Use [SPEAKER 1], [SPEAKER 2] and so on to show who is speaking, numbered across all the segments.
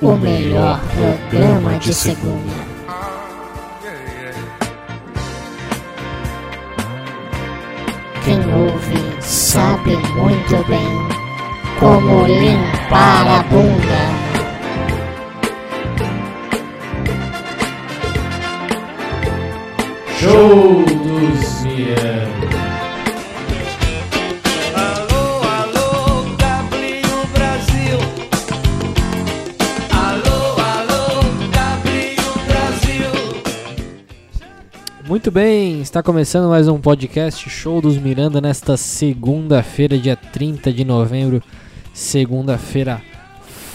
[SPEAKER 1] o melhor programa de segunda. Quem ouve sabe muito bem como limpar a bunda.
[SPEAKER 2] Show dos Mianos.
[SPEAKER 3] Alô, alô, W Brasil. Alô, alô, W Brasil.
[SPEAKER 4] Muito bem, está começando mais um podcast Show dos Miranda nesta segunda-feira, dia 30 de novembro. Segunda-feira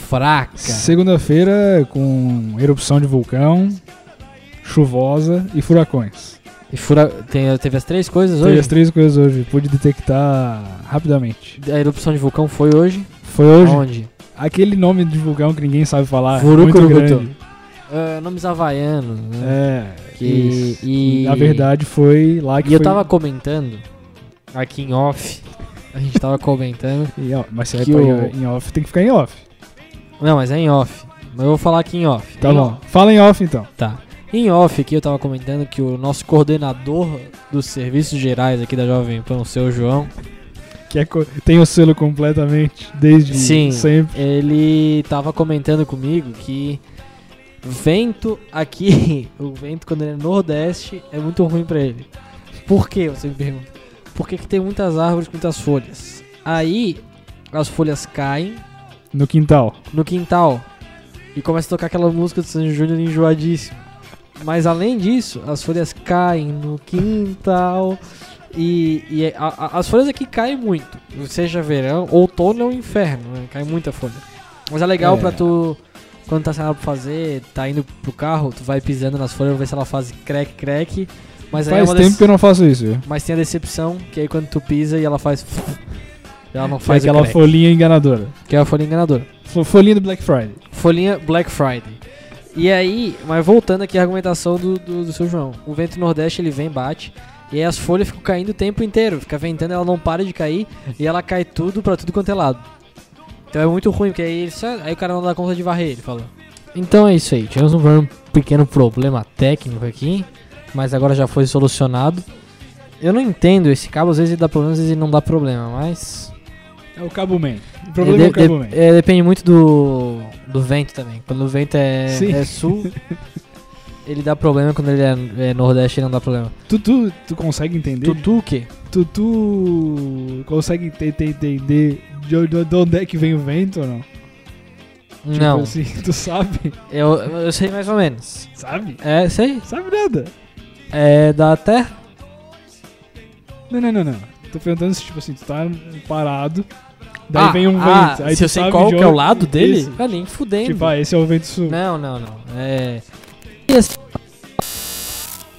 [SPEAKER 4] fraca.
[SPEAKER 5] Segunda-feira com erupção de vulcão, chuvosa e furacões.
[SPEAKER 4] E fura... tem- teve as três coisas
[SPEAKER 5] Foi
[SPEAKER 4] hoje?
[SPEAKER 5] as três coisas hoje, pude detectar rapidamente.
[SPEAKER 4] A erupção de vulcão foi hoje?
[SPEAKER 5] Foi hoje
[SPEAKER 4] Onde?
[SPEAKER 5] aquele nome de vulcão que ninguém sabe falar, muito
[SPEAKER 4] Vurucurucutu.
[SPEAKER 5] grande.
[SPEAKER 4] Ah, nomes havaianos, né?
[SPEAKER 5] É,
[SPEAKER 4] Que-
[SPEAKER 5] isso.
[SPEAKER 4] e-
[SPEAKER 5] na verdade foi lá que
[SPEAKER 4] E eu
[SPEAKER 5] foi-
[SPEAKER 4] tava comentando, aqui em off, a gente tava comentando.
[SPEAKER 5] E, ó, mas se é
[SPEAKER 4] que
[SPEAKER 5] pra-
[SPEAKER 4] o-
[SPEAKER 5] em off, tem que ficar em off.
[SPEAKER 4] Não, mas é em off. Mas eu vou falar aqui em off.
[SPEAKER 5] Tá
[SPEAKER 4] Em
[SPEAKER 5] bom. Fala em off então.
[SPEAKER 4] Tá. Em off aqui eu tava comentando que o nosso coordenador dos serviços gerais aqui da Jovem Pan, o seu João,
[SPEAKER 5] Que é co- tem o selo completamente desde
[SPEAKER 4] Sim.
[SPEAKER 5] sempre.
[SPEAKER 4] ele tava comentando comigo que vento aqui, o vento quando ele é nordeste é muito ruim pra ele. Por quê? Você me pergunta. Porque que tem muitas árvores, com muitas folhas. Aí as folhas caem
[SPEAKER 5] No quintal.
[SPEAKER 4] no quintal e começa a tocar aquela música do Sanji Júnior enjoadíssimo. Mas além disso, as folhas caem no quintal e, e a- a- as folhas aqui caem muito, seja verão, outono é um inferno, né? cai muita folha. Mas é legal
[SPEAKER 5] É.
[SPEAKER 4] pra tu, quando tá sem nada pra fazer, tá indo pro carro, tu vai pisando nas folhas, ver se ela faz crack, crack. Mas aí é
[SPEAKER 5] Faz
[SPEAKER 4] uma
[SPEAKER 5] tempo
[SPEAKER 4] des-
[SPEAKER 5] que eu não faço isso, viu?
[SPEAKER 4] Mas tem a decepção, que aí quando tu pisa e ela faz. Ela não
[SPEAKER 5] Foi
[SPEAKER 4] faz o
[SPEAKER 5] aquela
[SPEAKER 4] crack,
[SPEAKER 5] folhinha enganadora.
[SPEAKER 4] que é a folha enganadora.
[SPEAKER 5] Fo- Folhinha do Black Friday.
[SPEAKER 4] Folhinha Black Friday. E aí, mas voltando aqui à argumentação do, do, do seu João. O vento nordeste ele vem, bate. E aí as folhas ficam caindo o tempo inteiro. Fica ventando, ela não para de cair. E ela cai tudo pra tudo quanto é lado. Então é muito ruim, porque aí, ele só- aí o cara não dá conta de varrer, ele falou. Então é isso aí. Tivemos um problema- pequeno problema técnico aqui. Mas agora já foi solucionado. Eu não entendo esse cabo. Às vezes ele dá problema, às vezes ele não dá problema. Mas
[SPEAKER 5] É o Cabo Man. O problema é,
[SPEAKER 4] de-
[SPEAKER 5] o Cabo
[SPEAKER 4] de-
[SPEAKER 5] Man.
[SPEAKER 4] é, depende muito do, do vento também. Quando o vento é,
[SPEAKER 5] Sim.
[SPEAKER 4] é sul, ele dá problema. Quando ele é, é nordeste, ele não dá problema.
[SPEAKER 5] Tu, tu, tu consegue entender? Tu,
[SPEAKER 4] Tutu o quê?
[SPEAKER 5] tu, tu consegue te- te- entender de, onde- de onde é que vem o vento ou não?
[SPEAKER 4] Não,
[SPEAKER 5] Tipo assim, tu sabe?
[SPEAKER 4] eu, eu sei mais ou menos.
[SPEAKER 5] Sabe?
[SPEAKER 4] É, sei.
[SPEAKER 5] Sabe nada.
[SPEAKER 4] É da terra.
[SPEAKER 5] Não, não, não, não. Tô perguntando se, tipo assim, tu tá parado, daí
[SPEAKER 4] Ah,
[SPEAKER 5] vem um
[SPEAKER 4] ah,
[SPEAKER 5] vento. Aí
[SPEAKER 4] se
[SPEAKER 5] tu
[SPEAKER 4] eu sei
[SPEAKER 5] sabe
[SPEAKER 4] qual
[SPEAKER 5] de
[SPEAKER 4] que é o
[SPEAKER 5] onde-
[SPEAKER 4] lado dele,
[SPEAKER 5] Isso.
[SPEAKER 4] ah, nem fudendo.
[SPEAKER 5] Tipo, ah, esse é o vento sul.
[SPEAKER 4] Não, não, não. É. E assim,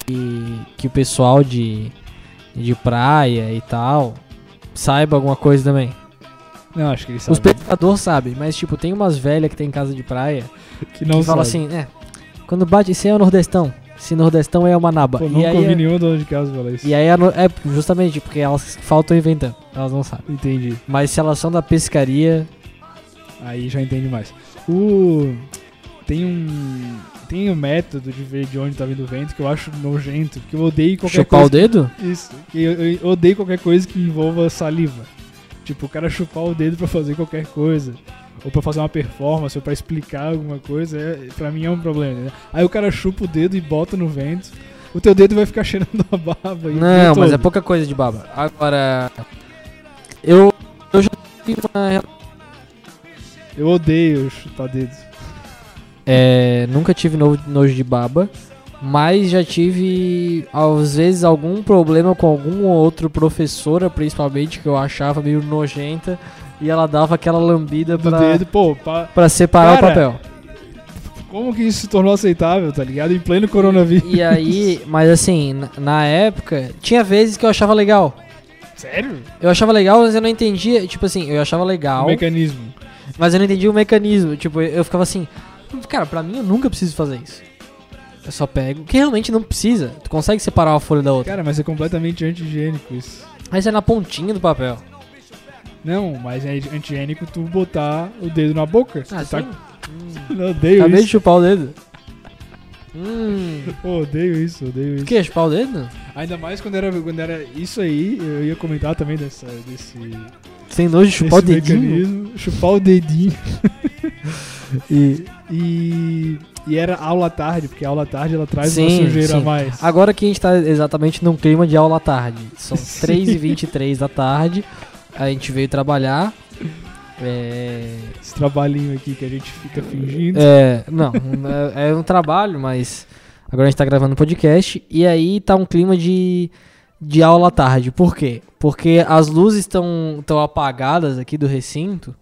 [SPEAKER 4] que, que o pessoal de, de praia e tal saiba alguma coisa também.
[SPEAKER 5] Não, acho que ele
[SPEAKER 4] Os
[SPEAKER 5] sabe.
[SPEAKER 4] pescadores sabem, mas tipo, tem umas velhas que tem em casa de praia
[SPEAKER 5] que não
[SPEAKER 4] que fala
[SPEAKER 5] sabe.
[SPEAKER 4] assim, é. Quando bate, isso aí é o Nordestão. Se Nordestão é uma naba.
[SPEAKER 5] Pô,
[SPEAKER 4] e,
[SPEAKER 5] não
[SPEAKER 4] aí,
[SPEAKER 5] convi
[SPEAKER 4] é-
[SPEAKER 5] nenhum dono de casa falar isso.
[SPEAKER 4] e aí é, no- é justamente porque elas faltam inventando. Elas não sabem.
[SPEAKER 5] Entendi.
[SPEAKER 4] Mas se elas são da pescaria.
[SPEAKER 5] Aí já entende mais. O tem um tem um método de ver de onde tá vindo o vento que eu acho nojento, porque eu odeio qualquer
[SPEAKER 4] Chupar o
[SPEAKER 5] coisa.
[SPEAKER 4] dedo?
[SPEAKER 5] Isso, que eu, eu odeio qualquer coisa que envolva saliva. Tipo, o cara chupar o dedo pra fazer qualquer coisa. Ou pra fazer uma performance, ou pra explicar alguma coisa, é, pra mim é um problema. né? Aí o cara chupa o dedo e bota no vento, o teu dedo vai ficar cheirando a baba. e o dia
[SPEAKER 4] Não, mas
[SPEAKER 5] todo.
[SPEAKER 4] é pouca coisa de baba. Agora. Eu. Eu já tive uma.
[SPEAKER 5] Eu odeio chupar dedo.
[SPEAKER 4] É, nunca tive no- nojo de baba. Mas já tive, às vezes, algum problema com algum ou outro professora, principalmente, que eu achava meio nojenta. E ela dava aquela lambida
[SPEAKER 5] Do
[SPEAKER 4] pra,
[SPEAKER 5] dedo, pô, pá,
[SPEAKER 4] pra
[SPEAKER 5] Cara,
[SPEAKER 4] separar o papel.
[SPEAKER 5] Como que isso se tornou aceitável, tá ligado? Em pleno coronavírus.
[SPEAKER 4] E aí, mas assim, na, na época, tinha vezes que eu achava legal.
[SPEAKER 5] Sério?
[SPEAKER 4] Eu achava legal, mas eu não entendia. Tipo assim, eu achava legal,
[SPEAKER 5] O mecanismo.
[SPEAKER 4] mas eu não entendia o mecanismo. Tipo, eu, eu ficava assim, cara, pra mim eu nunca preciso fazer isso. Eu só pego, que realmente não precisa. Tu consegue separar uma folha da outra.
[SPEAKER 5] Cara, mas é completamente anti-higiênico isso.
[SPEAKER 4] Mas é na pontinha do papel.
[SPEAKER 5] Não, mas é anti-higiênico tu botar o dedo na boca.
[SPEAKER 4] Ah,
[SPEAKER 5] tu tá
[SPEAKER 4] sim. Hum.
[SPEAKER 5] Não, odeio
[SPEAKER 4] Acabei de
[SPEAKER 5] isso.
[SPEAKER 4] chupar o dedo. Hum.
[SPEAKER 5] Pô, odeio isso, odeio
[SPEAKER 4] O
[SPEAKER 5] isso.
[SPEAKER 4] que? Chupar o dedo?
[SPEAKER 5] Ainda mais quando era, quando era isso aí, eu ia comentar também dessa, desse,
[SPEAKER 4] Sem nojo de chupar o
[SPEAKER 5] desse
[SPEAKER 4] dedinho?
[SPEAKER 5] mecanismo, chupar o dedinho. e, e, e era aula à tarde, porque a aula à tarde ela traz uma
[SPEAKER 4] Sim,
[SPEAKER 5] sujeira a
[SPEAKER 4] sim.
[SPEAKER 5] mais.
[SPEAKER 4] Agora que a gente tá exatamente num clima de aula à tarde. São
[SPEAKER 5] Sim.
[SPEAKER 4] 3h23 da tarde. A gente veio trabalhar. É.
[SPEAKER 5] Esse trabalhinho aqui que a gente fica fingindo.
[SPEAKER 4] É, não, é, é um trabalho, mas agora a gente tá gravando um podcast e aí tá um clima de, de aula à tarde. Por quê? Porque as luzes estão tão apagadas aqui do recinto,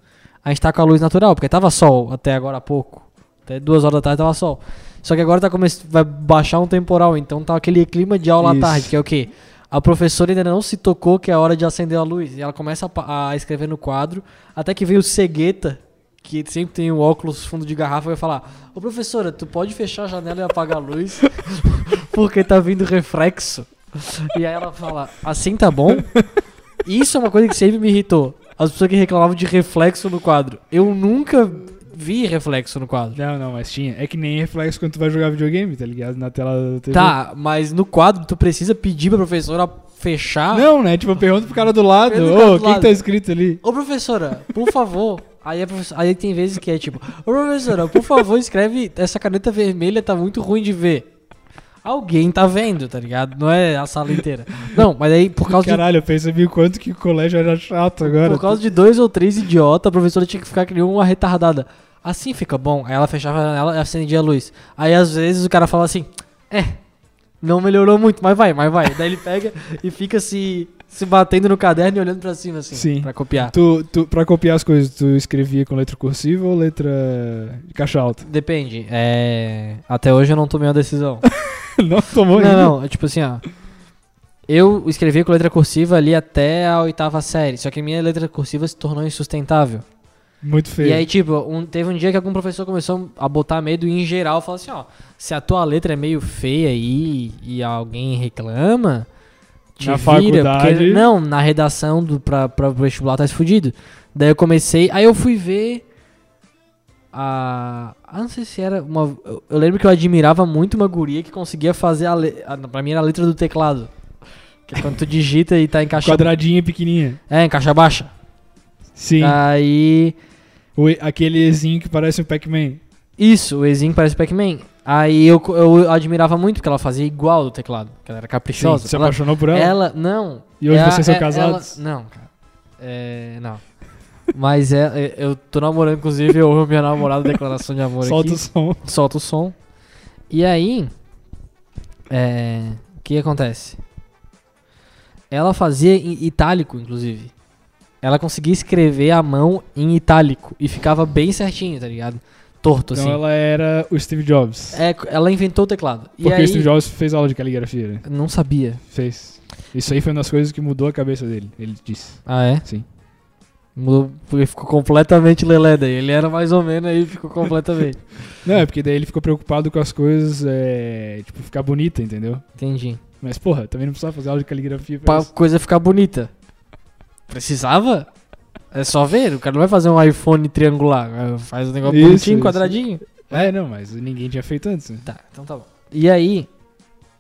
[SPEAKER 4] a gente tá com a luz natural, porque tava sol até agora há pouco. Até duas horas da tarde tava sol. Só que agora tá come... vai baixar um temporal, então tá aquele clima de aula
[SPEAKER 5] Isso.
[SPEAKER 4] à tarde, que é o quê? A professora ainda não se tocou que é hora de acender a luz. E ela começa a pa- a escrever no quadro, até que veio o cegueta, que sempre tem o óculos fundo de garrafa, vai falar: Ô professora, tu pode fechar a janela e apagar a luz, porque tá vindo reflexo. E aí ela fala: Assim tá bom? Isso é uma coisa que sempre me irritou. As pessoas que reclamavam de reflexo no quadro. Eu nunca vi reflexo no quadro.
[SPEAKER 5] Não, não, mas tinha. É que nem reflexo quando tu vai jogar videogame, tá ligado? Na tela da TV.
[SPEAKER 4] Tá, mas no quadro tu precisa pedir pra professora fechar.
[SPEAKER 5] Não, né? Tipo, eu pergunto pro cara do lado.
[SPEAKER 4] Pergunta
[SPEAKER 5] Ô,
[SPEAKER 4] pro cara
[SPEAKER 5] o
[SPEAKER 4] do
[SPEAKER 5] que que
[SPEAKER 4] lado.
[SPEAKER 5] tá escrito ali?
[SPEAKER 4] Ô professora, por favor. Aí, a professora- aí tem vezes que é tipo, ô professora, por favor, escreve. Essa caneta vermelha tá muito ruim de ver. Alguém tá vendo, tá ligado? Não é a sala inteira. Não, mas aí por causa de.
[SPEAKER 5] Caralho, eu percebi o quanto que o colégio era chato agora.
[SPEAKER 4] Por causa de dois ou três idiotas, a professora tinha que ficar que nem uma retardada. Assim fica bom. Aí ela fechava ela e acendia a luz. Aí às vezes o cara fala assim: É, não melhorou muito, mas vai, mas vai. Daí ele pega e fica se, se batendo no caderno e olhando pra cima, assim,
[SPEAKER 5] Sim.
[SPEAKER 4] pra copiar.
[SPEAKER 5] Tu, tu, pra copiar as coisas, tu escrevia com letra cursiva ou letra de caixa alta?
[SPEAKER 4] Depende. É... Até hoje eu não tomei uma decisão.
[SPEAKER 5] não tomou ainda.
[SPEAKER 4] não, não. é Tipo assim, ó. Eu escrevi com letra cursiva ali até a oitava série. Só que minha letra cursiva se tornou insustentável.
[SPEAKER 5] Muito feio.
[SPEAKER 4] E aí, tipo, um- teve um dia que algum professor começou a botar medo e, em geral, falou assim, ó, se a tua letra é meio feia aí e alguém reclama, te
[SPEAKER 5] Na
[SPEAKER 4] vira,
[SPEAKER 5] faculdade-
[SPEAKER 4] porque, não, na redação do, pra, pra vestibular tá fudido. Daí eu comecei, aí eu fui ver a... Ah, não sei se era uma... Eu, eu lembro que eu admirava muito uma guria que conseguia fazer a... Le, a pra mim era a letra do teclado. Que é quando tu digita e tá em caixa...
[SPEAKER 5] Quadradinha pequenininha.
[SPEAKER 4] É, em caixa baixa.
[SPEAKER 5] Sim.
[SPEAKER 4] Ah. Aí...
[SPEAKER 5] O e- aquele Ezinho que parece um Pac-Man.
[SPEAKER 4] Isso, o Ezinho parece Pac-Man. Aí eu, co- eu admirava muito, porque ela fazia igual do teclado. Que ela era
[SPEAKER 5] Sim.
[SPEAKER 4] caprichosa.
[SPEAKER 5] Se
[SPEAKER 4] ela,
[SPEAKER 5] apaixonou por ela?
[SPEAKER 4] ela- não.
[SPEAKER 5] E hoje
[SPEAKER 4] Ela-
[SPEAKER 5] vocês são
[SPEAKER 4] é-
[SPEAKER 5] casados?
[SPEAKER 4] ela- não, cara. É, não. Mas é, é- eu tô namorando, inclusive, eu ouvi minha namorada declaração de amor
[SPEAKER 5] Solta o
[SPEAKER 4] aqui.
[SPEAKER 5] som.
[SPEAKER 4] Solta o som. E aí, é, o que acontece? Ela fazia em itálico, inclusive. Ela conseguia escrever a mão em itálico e ficava bem certinho, tá ligado? Torto,
[SPEAKER 5] Então
[SPEAKER 4] assim.
[SPEAKER 5] ela era o Steve Jobs.
[SPEAKER 4] É, ela inventou o teclado. E
[SPEAKER 5] Porque
[SPEAKER 4] aí,
[SPEAKER 5] o Steve Jobs fez aula de caligrafia, né?
[SPEAKER 4] Não sabia.
[SPEAKER 5] Fez. Isso aí foi uma das coisas que mudou a cabeça dele, ele disse.
[SPEAKER 4] Ah, é?
[SPEAKER 5] Sim.
[SPEAKER 4] Mudou, porque ficou completamente lelé daí. Ele era mais ou menos aí, ficou completamente.
[SPEAKER 5] Não, é porque daí ele ficou preocupado com as coisas, é, tipo, ficar bonita, entendeu?
[SPEAKER 4] Entendi.
[SPEAKER 5] Mas, porra, também não precisava fazer aula de caligrafia pra
[SPEAKER 4] Pra
[SPEAKER 5] isso.
[SPEAKER 4] coisa ficar bonita. Precisava? É só ver, o cara não vai fazer um iPhone triangular. é, Faz um negócio
[SPEAKER 5] Isso,
[SPEAKER 4] bonitinho,
[SPEAKER 5] isso.
[SPEAKER 4] quadradinho.
[SPEAKER 5] É, não, mas ninguém tinha feito antes, né?
[SPEAKER 4] Tá, então tá bom. E aí,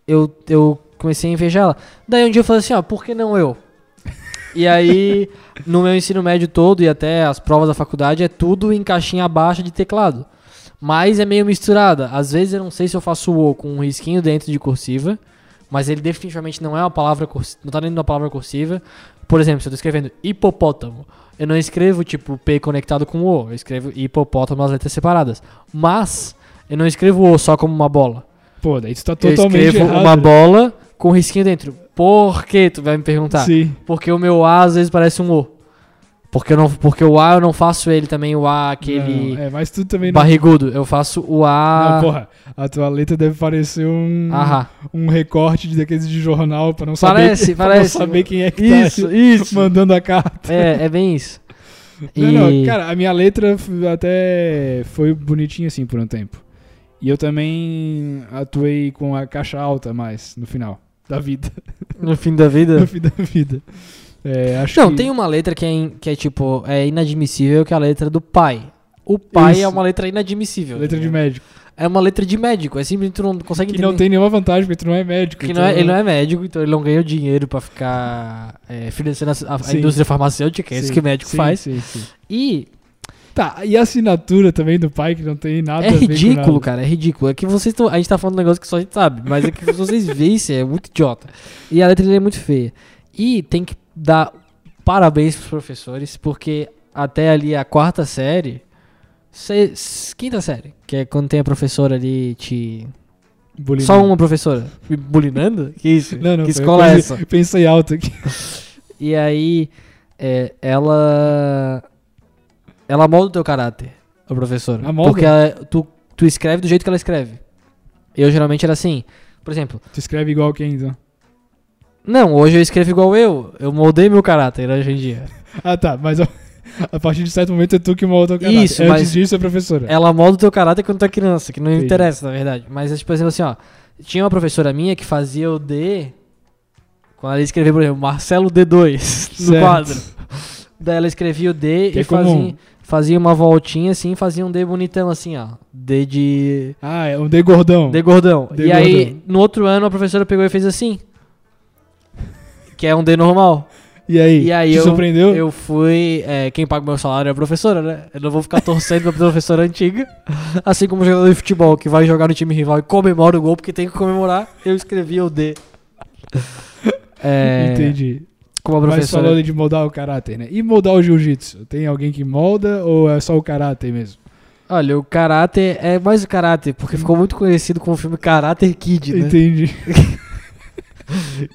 [SPEAKER 4] eu, eu comecei a invejar ela. Daí um dia eu falei assim, ó, por que não eu? E aí, no meu ensino médio todo e até as provas da faculdade, é tudo em caixinha baixa de teclado. Mas é meio misturada. Às vezes eu não sei se eu faço o O com um risquinho dentro de cursiva, mas ele definitivamente não é uma palavra cursiva, não tá dentro de uma palavra cursiva. Por exemplo, se eu tô escrevendo hipopótamo, eu não escrevo tipo P conectado com O, eu escrevo hipopótamo nas letras separadas. Mas eu não escrevo O só como uma bola.
[SPEAKER 5] Pô, daí tu tá totalmente
[SPEAKER 4] eu escrevo
[SPEAKER 5] errado.
[SPEAKER 4] uma bola com um risquinho dentro. Por que? Tu vai me perguntar.
[SPEAKER 5] Sim.
[SPEAKER 4] Porque o meu A às vezes parece um O. Porque, eu não, porque o A eu não faço ele também, o A aquele
[SPEAKER 5] Não, é, mas tu também não...
[SPEAKER 4] barrigudo. Eu faço o A.
[SPEAKER 5] Não, porra, a tua letra deve parecer um,
[SPEAKER 4] Ah. Aham.
[SPEAKER 5] um recorte daqueles de jornal pra não
[SPEAKER 4] Parece,
[SPEAKER 5] saber, pra
[SPEAKER 4] parece.
[SPEAKER 5] não saber quem é que
[SPEAKER 4] Isso,
[SPEAKER 5] tá
[SPEAKER 4] isso.
[SPEAKER 5] mandando a carta.
[SPEAKER 4] É, é bem isso.
[SPEAKER 5] Não, não,
[SPEAKER 4] E-
[SPEAKER 5] cara, a minha letra f- até foi bonitinha assim por um tempo. E eu também atuei com a caixa alta mais no final da vida.
[SPEAKER 4] No fim da vida.
[SPEAKER 5] No fim da vida. É, acho
[SPEAKER 4] Não, um-
[SPEAKER 5] que...
[SPEAKER 4] tem uma letra que é, in- que é tipo, é inadmissível que é a letra do pai. o pai
[SPEAKER 5] Isso.
[SPEAKER 4] é uma letra inadmissível.
[SPEAKER 5] Letra de médico.
[SPEAKER 4] É uma letra de médico, é simplesmente tu não consegue
[SPEAKER 5] Que
[SPEAKER 4] entender.
[SPEAKER 5] não tem nenhuma vantagem, porque tu não é médico.
[SPEAKER 4] Que
[SPEAKER 5] então-
[SPEAKER 4] não é- ele não é médico, então ele não ganha o dinheiro pra ficar é, financiando a, a
[SPEAKER 5] Sim.
[SPEAKER 4] indústria farmacêutica, é isso
[SPEAKER 5] Sim,
[SPEAKER 4] que o médico
[SPEAKER 5] sim,
[SPEAKER 4] faz.
[SPEAKER 5] sim, sim.
[SPEAKER 4] E
[SPEAKER 5] Tá, e a assinatura também do pai, que não tem nada
[SPEAKER 4] é
[SPEAKER 5] a ver com
[SPEAKER 4] ridículo,
[SPEAKER 5] nada.
[SPEAKER 4] cara, é ridículo. É que vocês estão. A gente tá falando um negócio que só a gente sabe, mas é que se vocês veem, é muito idiota. E a letra dele é muito feia. E tem que dar parabéns pros professores, porque até ali a quarta série. se- quinta série, que é quando tem a professora ali te.
[SPEAKER 5] Bullying.
[SPEAKER 4] Só uma professora me bulinando? Que isso?
[SPEAKER 5] Não, não,
[SPEAKER 4] que
[SPEAKER 5] foi-
[SPEAKER 4] escola é
[SPEAKER 5] eu
[SPEAKER 4] essa?
[SPEAKER 5] pensei- Pensei alto aqui.
[SPEAKER 4] E aí, é, ela. Ela molda o teu caráter, a professora.
[SPEAKER 5] Ela molda?
[SPEAKER 4] Porque ela- tu, tu escreve do jeito que ela escreve. Eu geralmente era assim. Por exemplo,
[SPEAKER 5] Tu escreve igual quem, então?
[SPEAKER 4] não, hoje eu escrevo igual eu. Eu moldei meu caráter hoje em dia.
[SPEAKER 5] Ah, tá, mas a, a partir de certo momento é tu que molda o caráter.
[SPEAKER 4] Isso,
[SPEAKER 5] Antes
[SPEAKER 4] mas- um-
[SPEAKER 5] disso é professora.
[SPEAKER 4] Ela molda o teu caráter quando tu é criança, que não
[SPEAKER 5] Entendi.
[SPEAKER 4] interessa, na verdade. Mas, é tipo, por exemplo, assim, ó. Tinha uma professora minha que fazia o D. Quando ela escrevia, por exemplo, Marcelo D2 no
[SPEAKER 5] Certo.
[SPEAKER 4] quadro. Daí ela escrevia o D
[SPEAKER 5] Que
[SPEAKER 4] e
[SPEAKER 5] é
[SPEAKER 4] fazia,
[SPEAKER 5] comum.
[SPEAKER 4] fazia uma voltinha assim, fazia um D bonitão assim, ó. D de.
[SPEAKER 5] Ah, é um D gordão.
[SPEAKER 4] D gordão.
[SPEAKER 5] D
[SPEAKER 4] e aí,
[SPEAKER 5] gordão.
[SPEAKER 4] no outro ano, a professora pegou e fez assim. Que é um D normal.
[SPEAKER 5] E aí?
[SPEAKER 4] E aí
[SPEAKER 5] te
[SPEAKER 4] eu,
[SPEAKER 5] surpreendeu?
[SPEAKER 4] eu fui. é, quem paga meu salário é a professora, né? Eu não vou ficar torcendo pra professora antiga. Assim como o jogador de futebol que vai jogar no time rival e comemora o gol porque tem que comemorar, eu escrevi o D. É,
[SPEAKER 5] Entendi.
[SPEAKER 4] Como a
[SPEAKER 5] Mas falou
[SPEAKER 4] professora.
[SPEAKER 5] ali de moldar o caráter, né? E moldar o jiu-jitsu? Tem alguém que molda ou é só o caráter mesmo?
[SPEAKER 4] Olha, o caráter é mais o caráter, porque ficou muito conhecido com o filme Caráter Kid, né?
[SPEAKER 5] Entendi.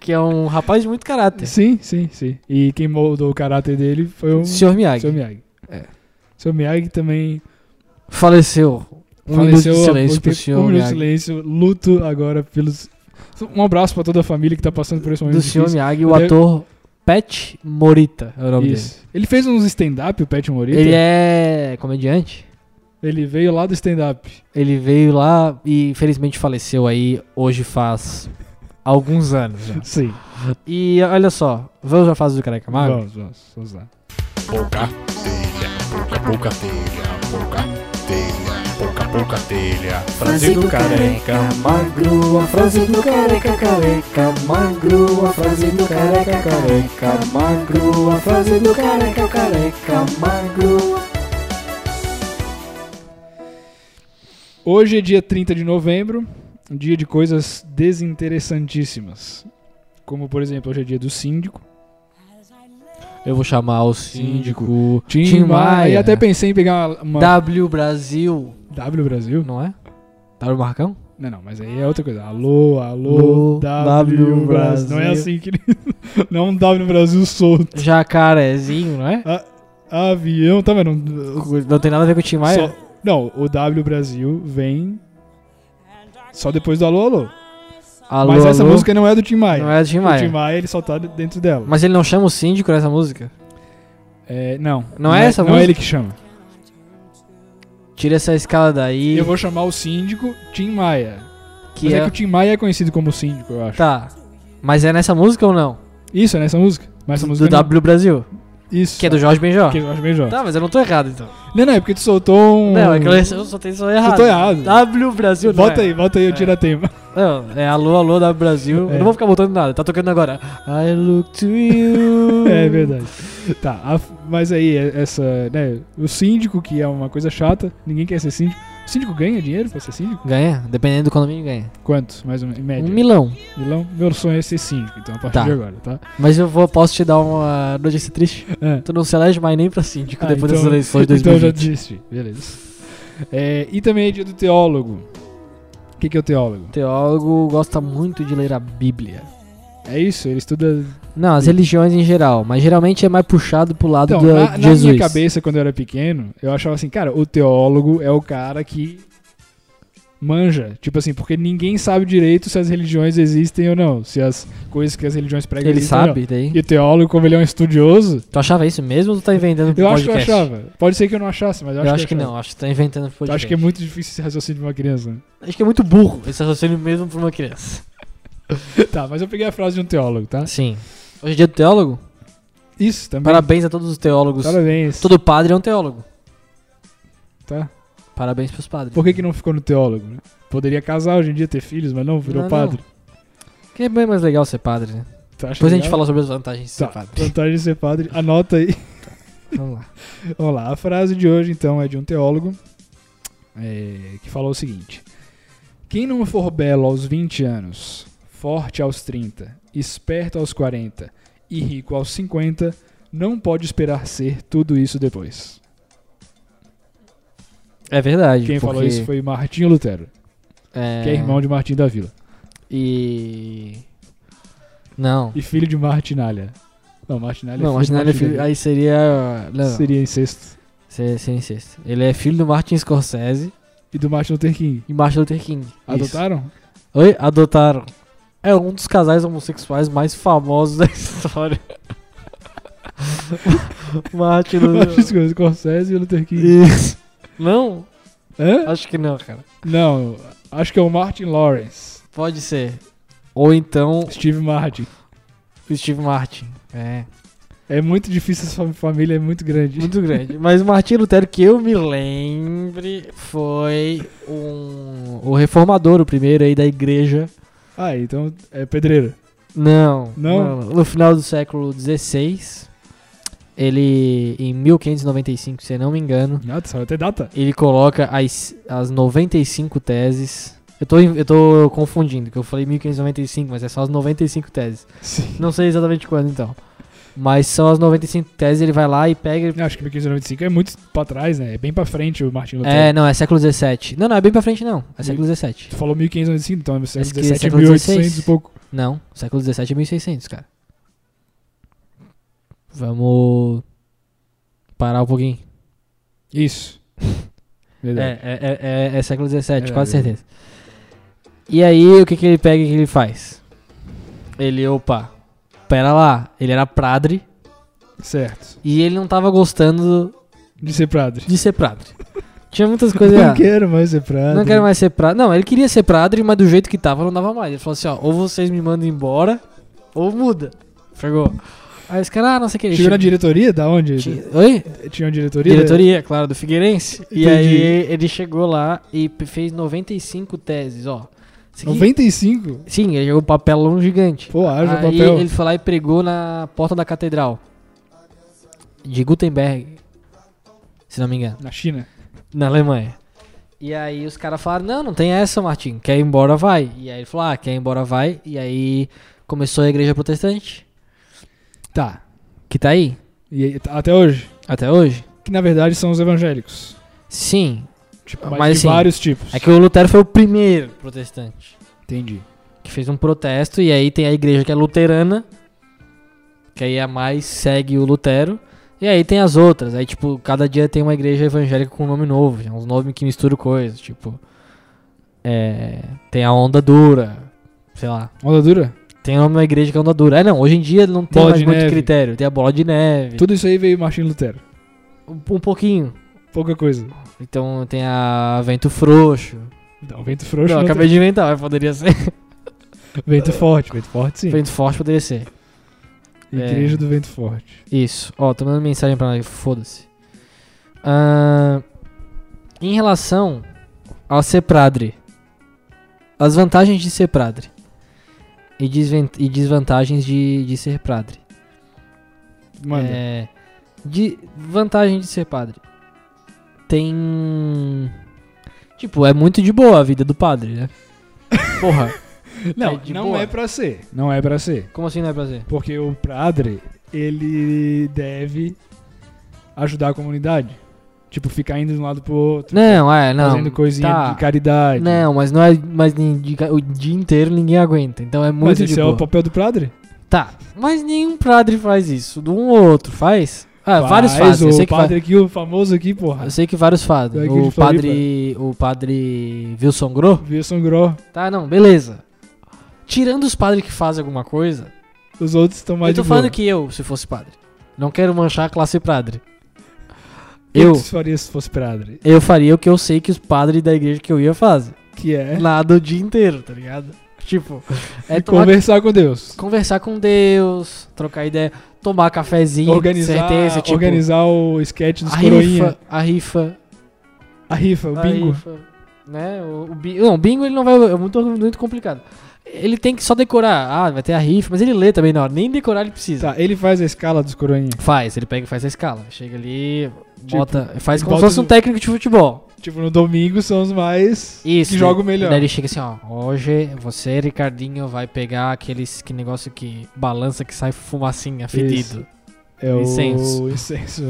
[SPEAKER 4] Que é um rapaz de muito caráter.
[SPEAKER 5] Sim, sim, sim. E quem moldou o caráter dele foi o
[SPEAKER 4] Senhor Miyagi.
[SPEAKER 5] Seu Miyagi. É. Seu Miyagi também
[SPEAKER 4] Faleceu. Um
[SPEAKER 5] faleceu.
[SPEAKER 4] minuto de
[SPEAKER 5] há
[SPEAKER 4] silêncio
[SPEAKER 5] pouco tempo.
[SPEAKER 4] pro
[SPEAKER 5] um
[SPEAKER 4] senhor
[SPEAKER 5] minuto de
[SPEAKER 4] Miyagi.
[SPEAKER 5] silêncio, luto agora pelos. Um abraço pra toda a família que tá passando por esse momento.
[SPEAKER 4] Do senhor
[SPEAKER 5] difícil.
[SPEAKER 4] Miyagi, o
[SPEAKER 5] Ele- é-
[SPEAKER 4] ator Pat Morita é o nome dele.
[SPEAKER 5] Isso. Ele fez uns stand-up, o Pet Morita.
[SPEAKER 4] Ele é comediante.
[SPEAKER 5] Ele veio lá do stand-up.
[SPEAKER 4] Ele veio lá e infelizmente faleceu aí hoje faz alguns anos já.
[SPEAKER 5] Sim.
[SPEAKER 4] E olha só, vamos à fase do careca magro?
[SPEAKER 5] Ah, Vamos, vamos, vamos lá.
[SPEAKER 6] pouca telha, pouca pouca telha, pouca telha, pouca pouca telha. Frase do careca magro, a frase do careca careca magro, a frase do careca careca magro, a frase do careca careca magro.
[SPEAKER 5] Hoje é dia 30 de novembro, um dia de coisas desinteressantíssimas. Como, por exemplo, hoje é dia do síndico.
[SPEAKER 4] Eu vou chamar o síndico
[SPEAKER 5] Tim,
[SPEAKER 4] Tim
[SPEAKER 5] Maia.
[SPEAKER 4] Maia.
[SPEAKER 5] E até pensei em pegar uma, uma
[SPEAKER 4] W Brasil,
[SPEAKER 5] W Brasil.
[SPEAKER 4] não é? W Marcão?
[SPEAKER 5] Não, não, mas aí é outra coisa. Alô, alô,
[SPEAKER 4] Alô,
[SPEAKER 5] W,
[SPEAKER 4] W
[SPEAKER 5] Brasil. Não é
[SPEAKER 4] Brasil.
[SPEAKER 5] assim que ele... Não é um W Brasil solto.
[SPEAKER 4] Jacarezinho, não é?
[SPEAKER 5] Avião, tá vendo?
[SPEAKER 4] Não tem nada a ver com o Tim Maia?
[SPEAKER 5] Só- Não, o W Brasil vem só depois do Alô, Alô.
[SPEAKER 4] Alô,
[SPEAKER 5] mas essa
[SPEAKER 4] alô?
[SPEAKER 5] música não é do Tim Maia.
[SPEAKER 4] não é do Tim
[SPEAKER 5] O
[SPEAKER 4] Maia.
[SPEAKER 5] Tim Maia, ele só tá dentro dela.
[SPEAKER 4] Mas ele não chama o síndico nessa música?
[SPEAKER 5] É, não.
[SPEAKER 4] Não é essa
[SPEAKER 5] Não
[SPEAKER 4] música?
[SPEAKER 5] é ele que chama.
[SPEAKER 4] Tira essa escala daí.
[SPEAKER 5] Eu vou chamar o síndico Tim Maia.
[SPEAKER 4] que
[SPEAKER 5] Mas é...
[SPEAKER 4] é-
[SPEAKER 5] que o Tim Maia é conhecido como síndico, eu acho.
[SPEAKER 4] Tá. Mas é nessa música ou não?
[SPEAKER 5] Isso, é nessa música? Mas essa
[SPEAKER 4] do
[SPEAKER 5] música é não.
[SPEAKER 4] W Brasil.
[SPEAKER 5] Isso.
[SPEAKER 4] Que é do Jorge Benjó.
[SPEAKER 5] Que é do Jorge Benjó.
[SPEAKER 4] Tá, mas eu não tô errado então.
[SPEAKER 5] Não, não, é porque tu soltou um...
[SPEAKER 4] Não, é que eu, eu só tenho só errado.
[SPEAKER 5] Soltou errado.
[SPEAKER 4] W Brasil, não
[SPEAKER 5] Bota
[SPEAKER 4] é.
[SPEAKER 5] aí, bota aí, eu tiro a tema.
[SPEAKER 4] Não, é alô, alô, W Brasil.
[SPEAKER 5] É.
[SPEAKER 4] Eu não vou ficar botando nada, tá tocando agora. I look to you.
[SPEAKER 5] É verdade. Tá, a- mas aí, é- essa, né, o síndico, que é uma coisa chata, ninguém quer ser síndico. O síndico ganha dinheiro pra ser síndico?
[SPEAKER 4] Ganha, dependendo do condomínio, ganha.
[SPEAKER 5] Quanto, mais ou menos, em média?
[SPEAKER 4] Um milão.
[SPEAKER 5] Milão? Meu sonho é ser síndico, então a partir
[SPEAKER 4] Tá.
[SPEAKER 5] de agora, tá?
[SPEAKER 4] Mas eu vou, posso te dar uma notícia triste?
[SPEAKER 5] É.
[SPEAKER 4] Tu não se elege mais nem pra síndico
[SPEAKER 5] Ah,
[SPEAKER 4] depois
[SPEAKER 5] então-
[SPEAKER 4] das eleições de
[SPEAKER 5] Então eu já
[SPEAKER 4] 2020.
[SPEAKER 5] desisti, beleza. É, e também é dia do teólogo. O que, que é o teólogo?
[SPEAKER 4] Teólogo gosta muito de ler a Bíblia.
[SPEAKER 5] É isso, ele estuda.
[SPEAKER 4] Não, as religiões em geral, mas geralmente é mais puxado pro lado
[SPEAKER 5] Então,
[SPEAKER 4] do,
[SPEAKER 5] na, na
[SPEAKER 4] de Jesus.
[SPEAKER 5] minha cabeça, quando eu era pequeno, eu achava assim, cara, o teólogo é o cara que manja. Tipo assim, porque ninguém sabe direito se as religiões existem ou não. Se as coisas que as religiões pregam
[SPEAKER 4] Ele
[SPEAKER 5] existem ou não.
[SPEAKER 4] sabe, daí.
[SPEAKER 5] E o teólogo, como ele é um estudioso,
[SPEAKER 4] Tu achava isso mesmo ou tu tá inventando pro
[SPEAKER 5] eu acho que eu
[SPEAKER 4] podcast?
[SPEAKER 5] achava. Pode ser que eu não achasse, mas eu
[SPEAKER 4] Eu
[SPEAKER 5] acho,
[SPEAKER 4] acho que
[SPEAKER 5] eu
[SPEAKER 4] não,
[SPEAKER 5] achava.
[SPEAKER 4] acho que tu tá inventando pro
[SPEAKER 5] Eu
[SPEAKER 4] podcast.
[SPEAKER 5] acho que é muito difícil esse raciocínio de uma criança. né?
[SPEAKER 4] Acho que é muito burro esse raciocínio mesmo pra uma criança.
[SPEAKER 5] tá, mas eu peguei a frase de um teólogo, tá?
[SPEAKER 4] Sim. Hoje é dia do teólogo?
[SPEAKER 5] Isso também.
[SPEAKER 4] Parabéns a todos os teólogos.
[SPEAKER 5] Parabéns.
[SPEAKER 4] Todo padre é um teólogo.
[SPEAKER 5] tá?
[SPEAKER 4] Parabéns pros padres.
[SPEAKER 5] Por que, que não ficou no teólogo, né? Poderia casar hoje em dia, ter filhos, mas não, virou
[SPEAKER 4] Não, não.
[SPEAKER 5] padre.
[SPEAKER 4] Que é bem mais legal ser padre, né?
[SPEAKER 5] Tu acha
[SPEAKER 4] Depois a gente
[SPEAKER 5] legal?
[SPEAKER 4] fala sobre as vantagens de ser
[SPEAKER 5] Tá,
[SPEAKER 4] padre.
[SPEAKER 5] vantagem de ser padre. Anota aí.
[SPEAKER 4] Vamos lá.
[SPEAKER 5] Vamos lá, a frase de hoje então é de um teólogo é, que falou o seguinte: Quem não for belo aos 20 anos, forte aos 30, esperto aos 40 e rico aos 50, não pode esperar ser tudo isso depois.
[SPEAKER 4] É verdade.
[SPEAKER 5] Quem falou
[SPEAKER 4] porque,
[SPEAKER 5] isso foi Martinho Lutero,
[SPEAKER 4] É...
[SPEAKER 5] que é irmão de Martim da Vila
[SPEAKER 4] E. Não.
[SPEAKER 5] e filho de Martinalha. Não, Martinalha
[SPEAKER 4] Não,
[SPEAKER 5] é
[SPEAKER 4] mas
[SPEAKER 5] filho
[SPEAKER 4] não,
[SPEAKER 5] de Martim da
[SPEAKER 4] ele é filho.
[SPEAKER 5] Vila.
[SPEAKER 4] Aí seria. Não, não.
[SPEAKER 5] Seria incesto.
[SPEAKER 4] Seria, seria incesto. Ele é filho do Martin Scorsese
[SPEAKER 5] E do Martin Luther King.
[SPEAKER 4] e Martin Luther King. Isso.
[SPEAKER 5] Adotaram?
[SPEAKER 4] Oi? Adotaram. É um dos casais homossexuais mais famosos da história.
[SPEAKER 5] Martin
[SPEAKER 4] Martin Luther
[SPEAKER 5] Scorsese e Luther King.
[SPEAKER 4] Isso. Não?
[SPEAKER 5] Hã?
[SPEAKER 4] Acho que não, cara.
[SPEAKER 5] Não, acho que é o Martin Lawrence.
[SPEAKER 4] Pode ser. Ou então
[SPEAKER 5] Steve Martin.
[SPEAKER 4] o Steve Martin. É.
[SPEAKER 5] É muito difícil, essa fam- família é muito grande.
[SPEAKER 4] Muito grande. Mas o Martin Lutero, que eu me lembre, foi um, o reformador, o primeiro aí da igreja.
[SPEAKER 5] Ah, então é pedreiro.
[SPEAKER 4] Não,
[SPEAKER 5] Não?
[SPEAKER 4] No final do século XVI, ele, em 1595, se eu não me engano,
[SPEAKER 5] Nada, só até data.
[SPEAKER 4] ele coloca as, as 95 teses. Eu tô, em- eu tô confundindo, que eu falei 1595, mas é só as 95 teses.
[SPEAKER 5] Sim.
[SPEAKER 4] Não sei exatamente quando, então. Mas são as 95 teses, ele vai lá e pega e
[SPEAKER 5] Acho que 1595 é muito pra trás, né? É bem pra frente o Martin Lutero.
[SPEAKER 4] É, não, é século XVII. Não, não, é bem pra frente, não. É século XVII.
[SPEAKER 5] Tu falou 1595, então é
[SPEAKER 4] Esse
[SPEAKER 5] século
[SPEAKER 4] que é
[SPEAKER 5] 17, é
[SPEAKER 4] século
[SPEAKER 5] 1800 e
[SPEAKER 4] 16.
[SPEAKER 5] pouco.
[SPEAKER 4] Não, século XVII é 1600, cara. Vamos parar um pouquinho.
[SPEAKER 5] Isso.
[SPEAKER 4] É,
[SPEAKER 5] Verdade.
[SPEAKER 4] é, é, é, é século XVII,
[SPEAKER 5] É,
[SPEAKER 4] quase
[SPEAKER 5] é.
[SPEAKER 4] certeza. E aí, o que, que ele pega e o que ele faz? Ele, opa, pera lá, ele era padre É.
[SPEAKER 5] Certo.
[SPEAKER 4] e ele não tava gostando
[SPEAKER 5] De ser padre.
[SPEAKER 4] de ser padre. Tinha muitas coisas
[SPEAKER 5] Não
[SPEAKER 4] erradas.
[SPEAKER 5] quero mais ser padre.
[SPEAKER 4] Não quero mais ser padre. Não, ele queria ser padre, mas do jeito que tava não dava mais. Ele falou assim, ó, ou vocês me mandam embora, ou muda. Chegou. Aí os caras, ah, não sei o que. ele
[SPEAKER 5] Chegou na
[SPEAKER 4] chegou-
[SPEAKER 5] diretoria? Da onde?
[SPEAKER 4] Ti- Oi?
[SPEAKER 5] Tinha uma diretoria?
[SPEAKER 4] Diretoria, claro, do Figueirense. E
[SPEAKER 5] Entendi.
[SPEAKER 4] aí ele chegou lá e p- fez 95 teses, ó. Isso aqui-
[SPEAKER 5] 95?
[SPEAKER 4] Sim, ele jogou um papelão gigante.
[SPEAKER 5] Pô, haja
[SPEAKER 4] aí
[SPEAKER 5] papel.
[SPEAKER 4] ele foi lá e pregou na porta da catedral. De Gutenberg. Se não me engano.
[SPEAKER 5] Na China.
[SPEAKER 4] Na Alemanha. E aí os caras falaram, não, não tem essa, Martim. Quer ir embora, vai. E aí ele falou, ah, quer ir embora, vai. E aí começou a igreja protestante,
[SPEAKER 5] Tá.
[SPEAKER 4] que tá aí,
[SPEAKER 5] E aí, tá- até hoje?
[SPEAKER 4] até hoje.
[SPEAKER 5] Que na verdade são os evangélicos.
[SPEAKER 4] Sim,
[SPEAKER 5] Tipo,
[SPEAKER 4] Ah,
[SPEAKER 5] mas,
[SPEAKER 4] mas
[SPEAKER 5] de
[SPEAKER 4] assim,
[SPEAKER 5] vários tipos.
[SPEAKER 4] é que o Lutero foi o primeiro protestante.
[SPEAKER 5] Entendi.
[SPEAKER 4] Que fez um protesto, e aí tem a igreja que é luterana, que aí é a mais segue o Lutero. E aí tem as outras, aí tipo, cada dia tem uma igreja evangélica com um nome novo, uns nomes que misturam coisas, tipo... É, tem a Onda Dura, sei lá...
[SPEAKER 5] Onda dura?
[SPEAKER 4] Tem nome na igreja que é onda dura. É, não, hoje em dia não tem
[SPEAKER 5] Bola
[SPEAKER 4] mais
[SPEAKER 5] de
[SPEAKER 4] muito
[SPEAKER 5] neve.
[SPEAKER 4] critério. Tem a bola de neve.
[SPEAKER 5] Tudo isso aí veio Martin Lutero.
[SPEAKER 4] Um, um pouquinho.
[SPEAKER 5] Pouca coisa.
[SPEAKER 4] Então tem a vento frouxo.
[SPEAKER 5] Não, vento frouxo.
[SPEAKER 4] não,
[SPEAKER 5] não
[SPEAKER 4] acabei de inventar, mas poderia ser.
[SPEAKER 5] tem. Vento forte, vento forte sim.
[SPEAKER 4] vento forte poderia ser. é.
[SPEAKER 5] Igreja do vento forte.
[SPEAKER 4] Isso. Ó, tô mandando mensagem pra nós. Foda-se. Ahn, em relação ao ser padre. As vantagens de ser padre. E, desven- e desvantagens de, de ser padre.
[SPEAKER 5] Manda.
[SPEAKER 4] É, de vantagem de ser padre. Tem. Tipo, é muito de boa a vida do padre, né? Porra,
[SPEAKER 5] não,
[SPEAKER 4] é de
[SPEAKER 5] não
[SPEAKER 4] boa.
[SPEAKER 5] é pra ser. Não é pra ser.
[SPEAKER 4] como assim não é prazer?
[SPEAKER 5] Porque o padre, ele deve ajudar a comunidade. Tipo, ficar indo de um lado pro outro.
[SPEAKER 4] Não, é, não.
[SPEAKER 5] Fazendo coisinha
[SPEAKER 4] tá.
[SPEAKER 5] de caridade.
[SPEAKER 4] Não, mas não é. Mas nem de ca- o dia inteiro ninguém aguenta. Então é muito
[SPEAKER 5] Mas
[SPEAKER 4] de
[SPEAKER 5] esse é
[SPEAKER 4] boa.
[SPEAKER 5] o papel do padre?
[SPEAKER 4] Tá. Mas nenhum padre faz isso. De um ou outro faz. Ah, vários
[SPEAKER 5] Faz,
[SPEAKER 4] fazem. Eu sei,
[SPEAKER 5] O
[SPEAKER 4] que va-
[SPEAKER 5] padre É aqui, o famoso aqui, porra.
[SPEAKER 4] eu sei que vários fazem.
[SPEAKER 5] Daqui de
[SPEAKER 4] O
[SPEAKER 5] Floripa.
[SPEAKER 4] padre. O padre Wilson Gro?
[SPEAKER 5] Wilson Groh.
[SPEAKER 4] Tá, não, beleza. Tirando os padres que fazem alguma coisa,
[SPEAKER 5] Os outros estão É mais
[SPEAKER 4] eu tô
[SPEAKER 5] de boa.
[SPEAKER 4] falando que eu, se fosse padre. Não quero manchar a classe padre.
[SPEAKER 5] O que
[SPEAKER 4] Eu,
[SPEAKER 5] tu faria se fosse padre?
[SPEAKER 4] eu faria o que eu sei que os padres da igreja que eu ia fazem.
[SPEAKER 5] Que é
[SPEAKER 4] Nada o dia inteiro, tá ligado? Tipo, é tomar-
[SPEAKER 5] conversar com Deus.
[SPEAKER 4] conversar com Deus, trocar ideia, tomar cafezinho,
[SPEAKER 5] organizar,
[SPEAKER 4] certeza, tipo,
[SPEAKER 5] organizar o sketch dos
[SPEAKER 4] a
[SPEAKER 5] coroinha.
[SPEAKER 4] rifa, a rifa,
[SPEAKER 5] A A rifa, o
[SPEAKER 4] Aí,
[SPEAKER 5] bingo.
[SPEAKER 4] foi- né? O, o bi- não, o bingo ele não vai. É muito, muito complicado. Ele tem que só decorar. Ah, vai ter a rifa, mas ele lê também na hora. Nem decorar ele precisa.
[SPEAKER 5] Tá, ele faz a escala dos coroinhas.
[SPEAKER 4] Faz, ele pega e faz a escala. Chega ali,
[SPEAKER 5] Tipo,
[SPEAKER 4] bota. Faz como
[SPEAKER 5] bota
[SPEAKER 4] se fosse um
[SPEAKER 5] no-
[SPEAKER 4] técnico de futebol.
[SPEAKER 5] Tipo, no domingo são os mais
[SPEAKER 4] Isso.
[SPEAKER 5] que jogam
[SPEAKER 4] E
[SPEAKER 5] melhor.
[SPEAKER 4] daí ele chega assim, ó. Hoje você, Ricardinho, vai pegar aqueles que negócio que balança que sai fumacinha, fedido.
[SPEAKER 5] É o
[SPEAKER 4] Incenso. É.
[SPEAKER 5] incenso.